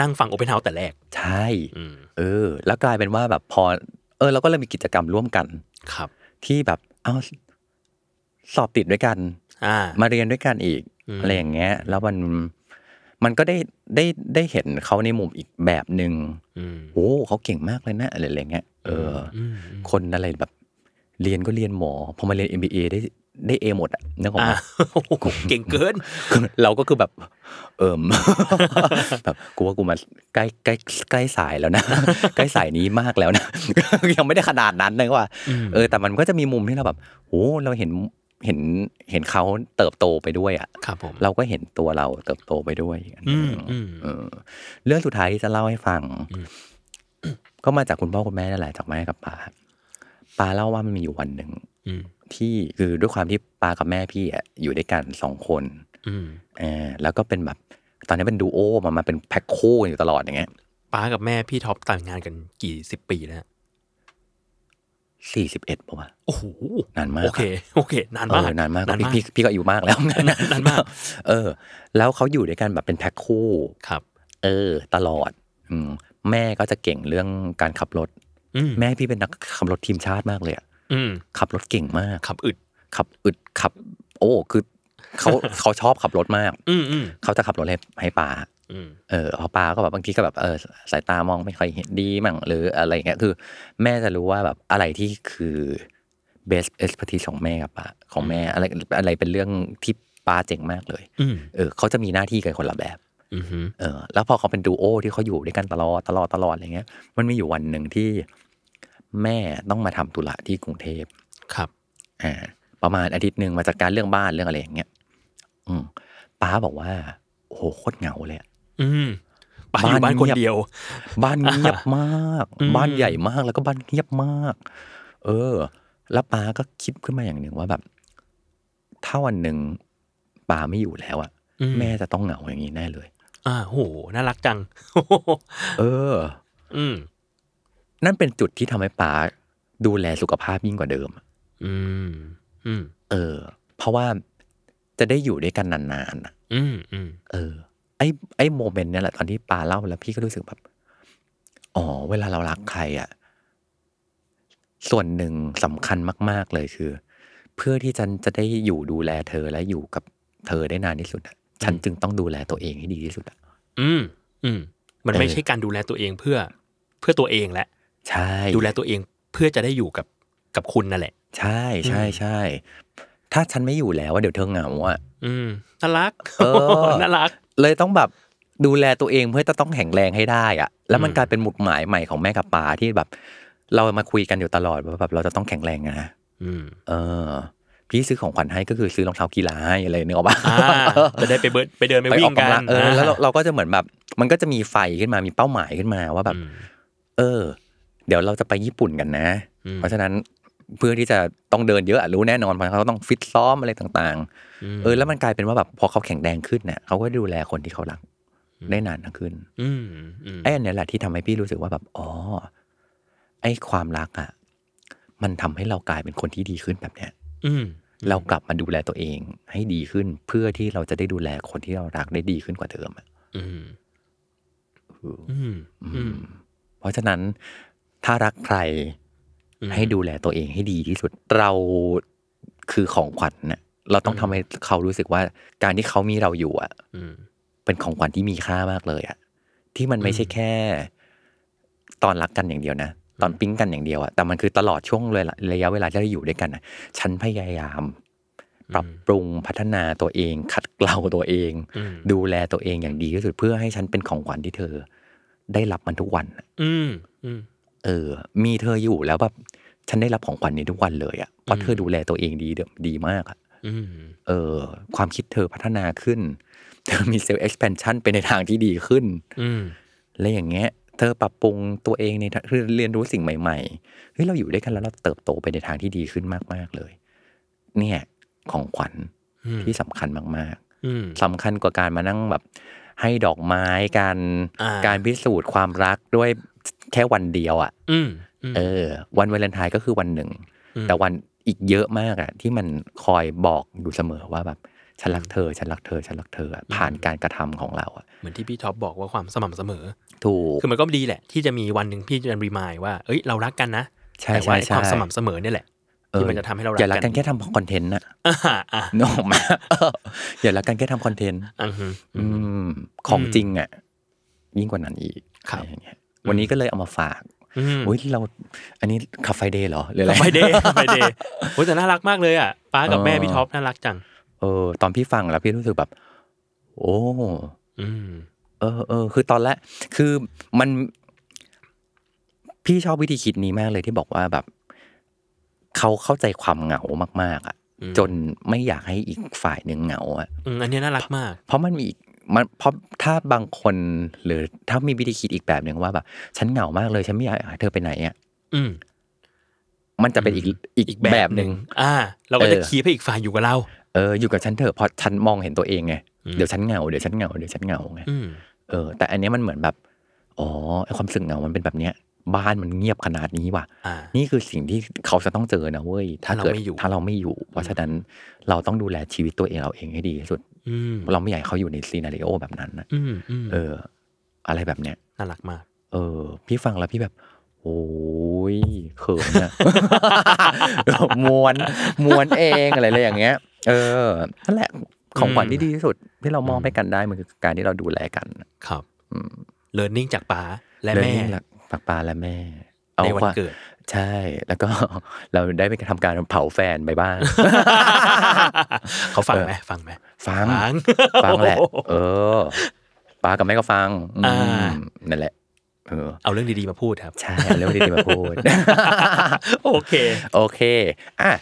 Speaker 4: นั่งฟังโอเปนเฮาส์แต่แรก
Speaker 3: ใช่
Speaker 4: อืม
Speaker 3: เออ แล้วกลายเป็นว่าแบบพอ เออ เราก็เลยมีกิจกรรมร่วมกัน
Speaker 4: ครับ
Speaker 3: ที่แบบ เอาสอบติดด้วยกัน
Speaker 4: อ่า
Speaker 3: มาเรียนด้วยกันอีก
Speaker 4: อืม
Speaker 3: อะไรอย่างเงี้ย แล้วมันมันก็ได้ได้ได้เห็นเขาในมุมอีกแบบหนึ่ง
Speaker 4: อืม
Speaker 3: โอ้เขาเก่งมากเลยนะอะไรอย่างเงี้ยเอออ
Speaker 4: มอืม
Speaker 3: คนอะไรแบบ เรียนก็เรียนหมอพอมาเรียน MBA ได้ได้เอหมดอ่ะนึกออก
Speaker 4: อ่า
Speaker 3: ไหม
Speaker 4: โอ้โหเก่งเกิน
Speaker 3: คือ เราก็คือแบบ เอิม แบบกูว่ากูมาใกล้ใกล้ใกล้สายแล้วนะ ใกล้สายนี้มากแล้วนะ ยังไม่ได้ขนาดนั้นนะว่า
Speaker 4: อืม
Speaker 3: เออ แต่มันก็จะมีมุมที่เราแบบโอ้เราเห็นเห็นเห็นเขาเติบโตไปด้วยอ่ะ
Speaker 4: ครับผม
Speaker 3: เราก็เห็นตัวเราเติบโตไปด้วย
Speaker 4: อืมอืม
Speaker 3: เออ เรื่องสุดท้ายที่จะเล่าให้ ฟัง
Speaker 4: อืม
Speaker 3: ก็มาจากคุณพ่อคุณแม่นั่นแหละจากแม่กับป้าป้าเล่าว่ามันมีอยู่วันหนึ่ง
Speaker 4: อืม
Speaker 3: ที่คือด้วยความที่ป้ากับแม่พี่อะอยู่ด้วยกันสองคน
Speaker 4: อืม
Speaker 3: เออแล้วก็เป็นแบบ ตอนนี้เป็นดูโอมามาเป็นแพ็คคู่กันอยู่ตลอดอย่างเงี้ย
Speaker 4: ป้ากับแม่พี่ท็อปแต่างงานกันกี่สิบปีแล้วฮะ
Speaker 3: สี่สิบเอ็ดป่าวะ
Speaker 4: โอ้โห
Speaker 3: นานมาก
Speaker 4: โอเค โอเค นาน
Speaker 3: เอ
Speaker 4: มาก
Speaker 3: อนานมาก
Speaker 4: นาน
Speaker 3: พี่
Speaker 4: มาก
Speaker 3: พี่พี่ก็อายุมากแล้ว
Speaker 4: นานมาก
Speaker 3: เออ แล้วเขาอยู่ด้วยกันแบบเป็นแพ็คคู่
Speaker 4: ครับ
Speaker 3: เออ ตลอด อืมแม่ก็จะเก่งเรื่องการขับรถ
Speaker 4: อืม
Speaker 3: แม่พี่เป็นนักขับรถทีมชาติมากเลยอะ
Speaker 4: อืม
Speaker 3: ขับรถเก่งมาก
Speaker 4: ขับอึด
Speaker 3: ขับอึดขับ โอ้ คือเขา เขาชอบขับรถมาก
Speaker 4: อืมอืม
Speaker 3: เขาจะขับรถให้ให้ป้า
Speaker 4: อืม
Speaker 3: เออพอป้าก็แบบบางทีก็แบบเออสายตามองไม่ค่อยเห็นดีมั่งหรืออะไรอย่างเงี้ยคือ แม่จะรู้ว่าแบบอะไรที่คือ best expertise ของแม่กับป้าของแม่อะไรอะไรเป็นเรื่องที่ป้าเจ๋งมากเลย
Speaker 4: อืม
Speaker 3: เออเขาจะมีหน้าที่กันคนละแบบ
Speaker 4: อืมอืม
Speaker 3: เออแล้วพอเขาเป็นดูโอที่เขาอยู่ด้วยกันตลอดตลอดตลอดอะไรเงี้ย มันมีอยู่วันหนึ่งที่แม่ต้องมาทำธุระที่กรุงเทพ
Speaker 4: ครับ
Speaker 3: อ่าประมาณอาทิตย์หนึ่งมาจัดการเรื่องบ้านเรื่องอะไรอย่างเงี้ยอืมป้าบอกว่า โอ้โหโคตรเหงาเลยอะ
Speaker 4: อืมป้าอยู่
Speaker 3: บ้า
Speaker 4: บ้า
Speaker 3: น น
Speaker 4: คน
Speaker 3: เงียบ
Speaker 4: เดียว
Speaker 3: บ้านเงียบมาก
Speaker 4: อืม
Speaker 3: บ้านใหญ่มากแล้วก็บ้านเงียบมาก เออ แล้วป้าก็คิดขึ้นมาอย่างหนึ่งว่าแบบ ถ้าวันหนึ่งป้าไม่อยู่แล้วอะ
Speaker 4: อื
Speaker 3: แม่จะต้องเหงาอย่างนี้แน่เลย
Speaker 4: อ่าโหน่ารัก จัง
Speaker 3: เออ
Speaker 4: อืม
Speaker 3: นั่นเป็นจุดที่ทำให้ป้าดูแลสุขภาพยิ่งกว่าเดิม
Speaker 4: อืมอืม
Speaker 3: เออ เพราะว่าจะได้อยู่ด้วยกันนานๆน่ะ
Speaker 4: อืมอืม
Speaker 3: เออ ไอ้ไอ้โมเมนต์เนี่ยแหละตอนที่ปาเล่าแล้วพี่ก็รู้สึกแบบ อ๋อ เวลาเรารักใครอะ่ะ ส่วนหนึ่งสำคัญมาก ๆ เลยคือ เพื่อที่ฉันจะได้อยู่ดูแลเธอและอยู่กับเธอได้นานที่สุดอะฉันจึงต้องดูแลตัวเองให้ดีที่สุดอะ
Speaker 4: อืมอืมมัน
Speaker 3: เออ
Speaker 4: ไม่ใช่การดูแลตัวเองเพื่อ เพื่อตัวเองแหละ
Speaker 3: ใช่
Speaker 4: ดูแลตัวเองเพื่อจะได้อยู่กับกับคุณนั่นแหละ
Speaker 3: ใช่ใช่ใช่ ถ้าฉันไม่อยู่แล้วอะเดี๋ยวเธอเหงาอ่ะ
Speaker 4: อืมน่ารัก
Speaker 3: เออ
Speaker 4: น่ารัก
Speaker 3: เลยต้องแบบดูแลตัวเองเพื่อจะต้องแข็งแรงให้ได้อะแล้วมัน
Speaker 4: อืม
Speaker 3: กลายเป็นหมุดหมายใหม่ของแม่กับป่าที่แบบ เรามาคุยกันอยู่ตลอดว่าแบบเราจะต้องแข็งแรงนะ
Speaker 4: อืม
Speaker 3: เออ พี่ซื้อของขวัญให้ก็คือซื้อรองเท้ากีฬาให้อะไรนึกออกปะ
Speaker 4: อ่าจะได้ไปเบิร์ดไปเดินไป
Speaker 3: ไป
Speaker 4: วิ่
Speaker 3: ออก
Speaker 4: งกั
Speaker 3: กำลั
Speaker 4: น
Speaker 3: งเออแล้วเราเราก็จะเหมือนแบบ มันก็จะมีไฟขึ้นมามีเป้าหมายขึ้นมาว่าแบบ
Speaker 4: อืม
Speaker 3: เออ เดี๋ยวเราจะไปญี่ปุ่นกันนะ
Speaker 4: อืม
Speaker 3: เพราะฉะนั้นเพื่อที่จะต้องเดินเยอะอะรู้แน่นอนเพราะเขาต้องฟิตซ้อมอะไรต่างๆ
Speaker 4: ม
Speaker 3: เออแล้วมันกลายเป็นว่าแบบพอเขาแข็งแรงขึ้นเนี่ยเขาก็ดูแลคนที่เขารัก
Speaker 4: อืม
Speaker 3: ได้นานขึ้น
Speaker 4: อืมอืม
Speaker 3: ไอ้อันเนี้ยแหละที่ทำให้พี่รู้สึกว่าแบบอ๋อไอ้ความรักอ่ะมันทำให้เรากลายเป็นคนที่ดีขึ้นแบบเนี้ย
Speaker 4: อืม
Speaker 3: เรากลับมาดูแลตัวเองให้ดีขึ้น เพื่อที่เราจะได้ดูแลคนที่เรารักได้ดีขึ้นกว่าเดิมอะ
Speaker 4: อืม
Speaker 3: อืม
Speaker 4: อืมอืม
Speaker 3: เพราะฉะนั้นถ้ารักใคร
Speaker 4: อืม
Speaker 3: ให้ดูแลตัวเองให้ดีที่สุด เราคือของขวัญน่ะเราต้องทำให้เขารู้สึกว่า การที่เขามีเราอยู่อ่ะ
Speaker 4: อืม
Speaker 3: เป็นของขวัญที่มีค่ามากเลยอะที่มันไม่ใช่
Speaker 4: อืม
Speaker 3: แค่ ตอนรักกันอย่างเดียวนะ ตอน
Speaker 4: อืม
Speaker 3: ปิ๊งกันอย่างเดียวอะแต่มันคือตลอดช่วงเวลาระยะเวลาที่เราอยู่ด้วยกันอะฉันพยายาม ปรับปรุงพัฒนาตัวเอง ขัดเกลาตัวเอง
Speaker 4: อืม
Speaker 3: ดูแลตัวเองอย่างดีที่สุดเพื่อให้ฉันเป็นของขวัญที่เธอ ได้รับมันทุกวันอะ
Speaker 4: อืมอืม
Speaker 3: เออ มีเธออยู่แล้วแบบฉันได้รับของขวัญนี้ทุกวันเลยอะเพราะ
Speaker 4: อืม
Speaker 3: เธอดูแลตัวเองดีเดิมดีมากอะ
Speaker 4: อืม
Speaker 3: เออความคิดเธอพัฒนาขึ้น เธอมีเซลล์ expansion ไปในทางที่ดีขึ้น
Speaker 4: อืม
Speaker 3: และอย่างเงี้ย เธอปรับปรุงตัวเองในทางคือเรียนรู้สิ่งใหม่ๆเฮ้ยเราอยู่ด้วยกันแล้วเราเติบโตไปในทางที่ดีขึ้นมากๆเลย เนี่ยของขวัญ
Speaker 4: อืม
Speaker 3: ที่สำคัญมากๆ
Speaker 4: อืม
Speaker 3: สำคัญกว่าการมานั่งแบบให้ดอกไม้การ
Speaker 4: อ่า
Speaker 3: การพิสูจน์ความรักด้วยแค่วันเดียวอะ่ะ
Speaker 4: อืมอืม
Speaker 3: เออ วันวาเลนไทน์ก็คือวันหนึ่ง
Speaker 4: อืม
Speaker 3: แต่วันอีกเยอะมากอะ่ะ ที่มันคอยบอกอยู่เสมอว่าแบบฉันรักเธอ ฉันรักเธอ ฉันรักเธออะผ่านการกระทำของเราอะ่ะ
Speaker 4: เหมือนที่พี่ท็อปบอกว่าความสม่ำเสมอ
Speaker 3: ถูก
Speaker 4: คือมันก็ดีแหละ ที่จะมีวันหนึ่งพี่จะรีมายว่าเอ้ยเรารักกันนะ
Speaker 3: ใช่
Speaker 4: แต่ว่า
Speaker 3: ใช่
Speaker 4: ไอ้ค
Speaker 3: ใช่
Speaker 4: วามสม่ำเสมอเนี่ยแหละ
Speaker 3: เออ
Speaker 4: ที่มันจะทำให้เรารัก
Speaker 3: อย่ารัก
Speaker 4: กั
Speaker 3: กัน นแค่ทำคอนเทนต์น่ะ
Speaker 4: อ่าอ่ะ
Speaker 3: นึกออกไหม อย่ารักกันแค่ทำคอนเทนต์
Speaker 4: อือฮึอื
Speaker 3: อื
Speaker 4: ม
Speaker 3: มของ
Speaker 4: อืม
Speaker 3: จริงอ่ะ ยิ่งกว่านั้นอีก
Speaker 4: ครับ
Speaker 3: อะไรอย่างเงี้ยวันนี้ก็เลยเอามาฝาก
Speaker 4: อืม
Speaker 3: อุ้ยเราอันนี้ขับไฟเดย์เหรอหรืออะไร
Speaker 4: ขับไปเด ย์ขับไปเดย์โอ้ยแต่น่ารักมากเลยอ่ะป้ากับแม่
Speaker 3: เออ
Speaker 4: พี่ท็อปน่ารักจัง
Speaker 3: เออตอนพี่ฟังแล้วพี่รู้สึกแบบ โอ้
Speaker 4: อืม
Speaker 3: เออเออคือตอนแรกคือมัน พี่ชอบวิธีคิดนี้มากเลยที่บอกว่าแบบเขาเข้าใจความเหงามาก ๆอ่ะ
Speaker 4: อืม
Speaker 3: จนไม่อยากให้อีกฝ่ายหนึ่งเหงาอ่ะ
Speaker 4: อืมอันเนี้ยน่ารักมาก
Speaker 3: เพราะมันมีอีกมันเพราะถ้าบางคนหรือถ้ามีวิธีคิดอีกแบบหนึ่งว่าแบบฉันเหงามากเลยฉันไม่อยากให้เธอไปไหนอ่ะ
Speaker 4: อืม
Speaker 3: มันจะเป็นอีกอีก
Speaker 4: อีก
Speaker 3: แบ
Speaker 4: แบบ บ
Speaker 3: ห
Speaker 4: ห
Speaker 3: นึ่
Speaker 4: นึ่
Speaker 3: ง
Speaker 4: งอ่า เราก็จะ
Speaker 3: เออ
Speaker 4: คีบให้อีกฝ่ายอยู่กับเรา
Speaker 3: เอออยู่กับฉันเถอะเพราะฉันมองเห็นตัวเองไง
Speaker 4: อืม
Speaker 3: เดี๋ยวฉันเหงาเดี๋ยวฉันเหงาเดี๋ยวฉันเหงาไง
Speaker 4: อืม
Speaker 3: เออแต่อันเนี้ยมันเหมือนแบบอ๋อไอความรู้สึกเหงามันเป็นแบบเนี้ย บ้านมันเงียบขนาดนี้ว่ะ
Speaker 4: อ่า
Speaker 3: นี่คือสิ่งที่เขาจะต้องเจอนะเว้ยถ้า
Speaker 4: ถ้าเรา
Speaker 3: เกิด
Speaker 4: ไม่อยู่
Speaker 3: ถ้าเราไม่อยู่ เพราะฉะนั้นเราต้องดูแลชีวิตตัวเองเราเองให้ดีที่สุด
Speaker 4: อืม
Speaker 3: เราไม่อยากให้เขาอยู่ในซีนารีโอแบบนั้นนะ
Speaker 4: อืมอืม
Speaker 3: เออ อะไรแบบเนี้ย
Speaker 4: น่ารักมาก
Speaker 3: เออ พี่ฟังแล้วพี่แบบ โอ้ยเขินอะ มวนมวนเองอะไรเลยอย่างเงี้ย เออนั่นแหละของขวัญที่ดีที่สุด ที่เรามองไปกันได้มันคือการที่เราดูแลกัน
Speaker 4: ครับเลิร์นนิ่งจากป๋าและ
Speaker 3: เรื่
Speaker 4: แม่
Speaker 3: องนี้หลักปากปลาและแม่เอา
Speaker 4: ในวัน
Speaker 3: ความ
Speaker 4: เกิ ด
Speaker 3: ใช่ แล้วก็ เราได้ไปทำการเผาแฟนไป บ้าง
Speaker 4: เขาฟังไหมฟังไหม
Speaker 3: ฟัง
Speaker 4: ฟัง
Speaker 3: ฟังแหละ เออป้ากับแม่ก็ฟังอืม
Speaker 4: อ่า
Speaker 3: นั่นแหละ เออ
Speaker 4: เอาเรื่องดีๆมาพูดครับ
Speaker 3: ใช่เอาเรื่องดีๆมาพูด
Speaker 4: โอเค
Speaker 3: โอเค อ่ะ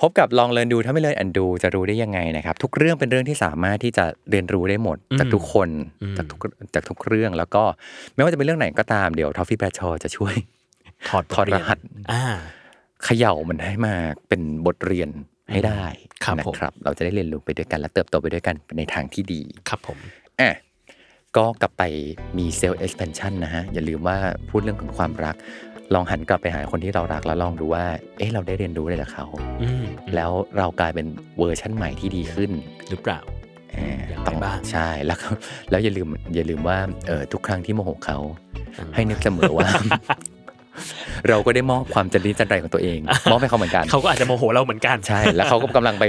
Speaker 3: พบกับลองเรียนดูถ้าไม่เรียนอันดูจะรู้ได้ยังไงนะครับ ทุกเรื่องเป็นเรื่องที่สามารถที่จะเรียนรู้ได้หมด
Speaker 4: อืม
Speaker 3: จากทุกคน
Speaker 4: อืม
Speaker 3: จากทุกจากทุกเรื่องแล้วก็ไม่ว่าจะเป็นเรื่องไหนก็ตามเดี๋ยวทอฟฟี่แบรชอจะช่วย
Speaker 4: ถอดบท
Speaker 3: ถอดรหัส
Speaker 4: เยนอ่า
Speaker 3: เขย่ามันให้มาเป็นบทเรียนให้ได้
Speaker 4: ครับ
Speaker 3: นะ
Speaker 4: ผม
Speaker 3: ครับ เราจะได้เรียนรู้ไปด้วยกันและเติบโตไปด้วยกันในทางที่ดี
Speaker 4: ครับผม
Speaker 3: อ่ะก็กลับไปมีเซลล์ expansion นะฮะ อย่าลืมว่าพูดเรื่องของความรัก ลองหันกลับไปหาคนที่เรารักแล้วลองดูว่า เอ๊ะเราได้เรียนรู้อะไรจากเขา
Speaker 4: อืมอืม
Speaker 3: แล้วเรากลายเป็นเวอร์ชั่นใหม่ที่ดีขึ้น
Speaker 4: หรือเปล่า
Speaker 3: อ่า
Speaker 4: อย่างไร
Speaker 3: ต้อง
Speaker 4: บ้าง
Speaker 3: ใช่แล้วก็แล้วอย่าลืมอย่าลืมว่าเออทุกครั้งที่โมโหเขา ให้นึกเสมอว่า เราก็ได้มอบความจันดีจันไรของ ตัวเอง มอบให้เขาเหมือนกัน
Speaker 4: เขาก็อาจจะโมโหเราเหมือนกัน
Speaker 3: ใช่ แล้วเขาก็กำลังไป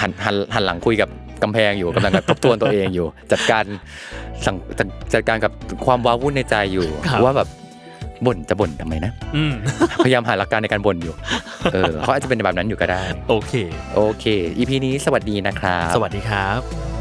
Speaker 3: หันหันหันหลังคุยกับกำแพงอยู่กำลังแบบท บทวนตัวเองอยู่ จัดการสั่งจัดจัดการกับความว้าวุ่นในใจอยู่
Speaker 4: ครับ
Speaker 3: ว่าแบบบ่นจะบ่นทำไมนะ
Speaker 4: อืม
Speaker 3: พยายามหาหลักการในการบ่นอยู่ เอ อเขาอาจจะเป็นแบบนั้นอยู่ก็ได้
Speaker 4: โอเค
Speaker 3: โอเค EP นี้สวัสดีนะครับ
Speaker 4: สวัสดีครับ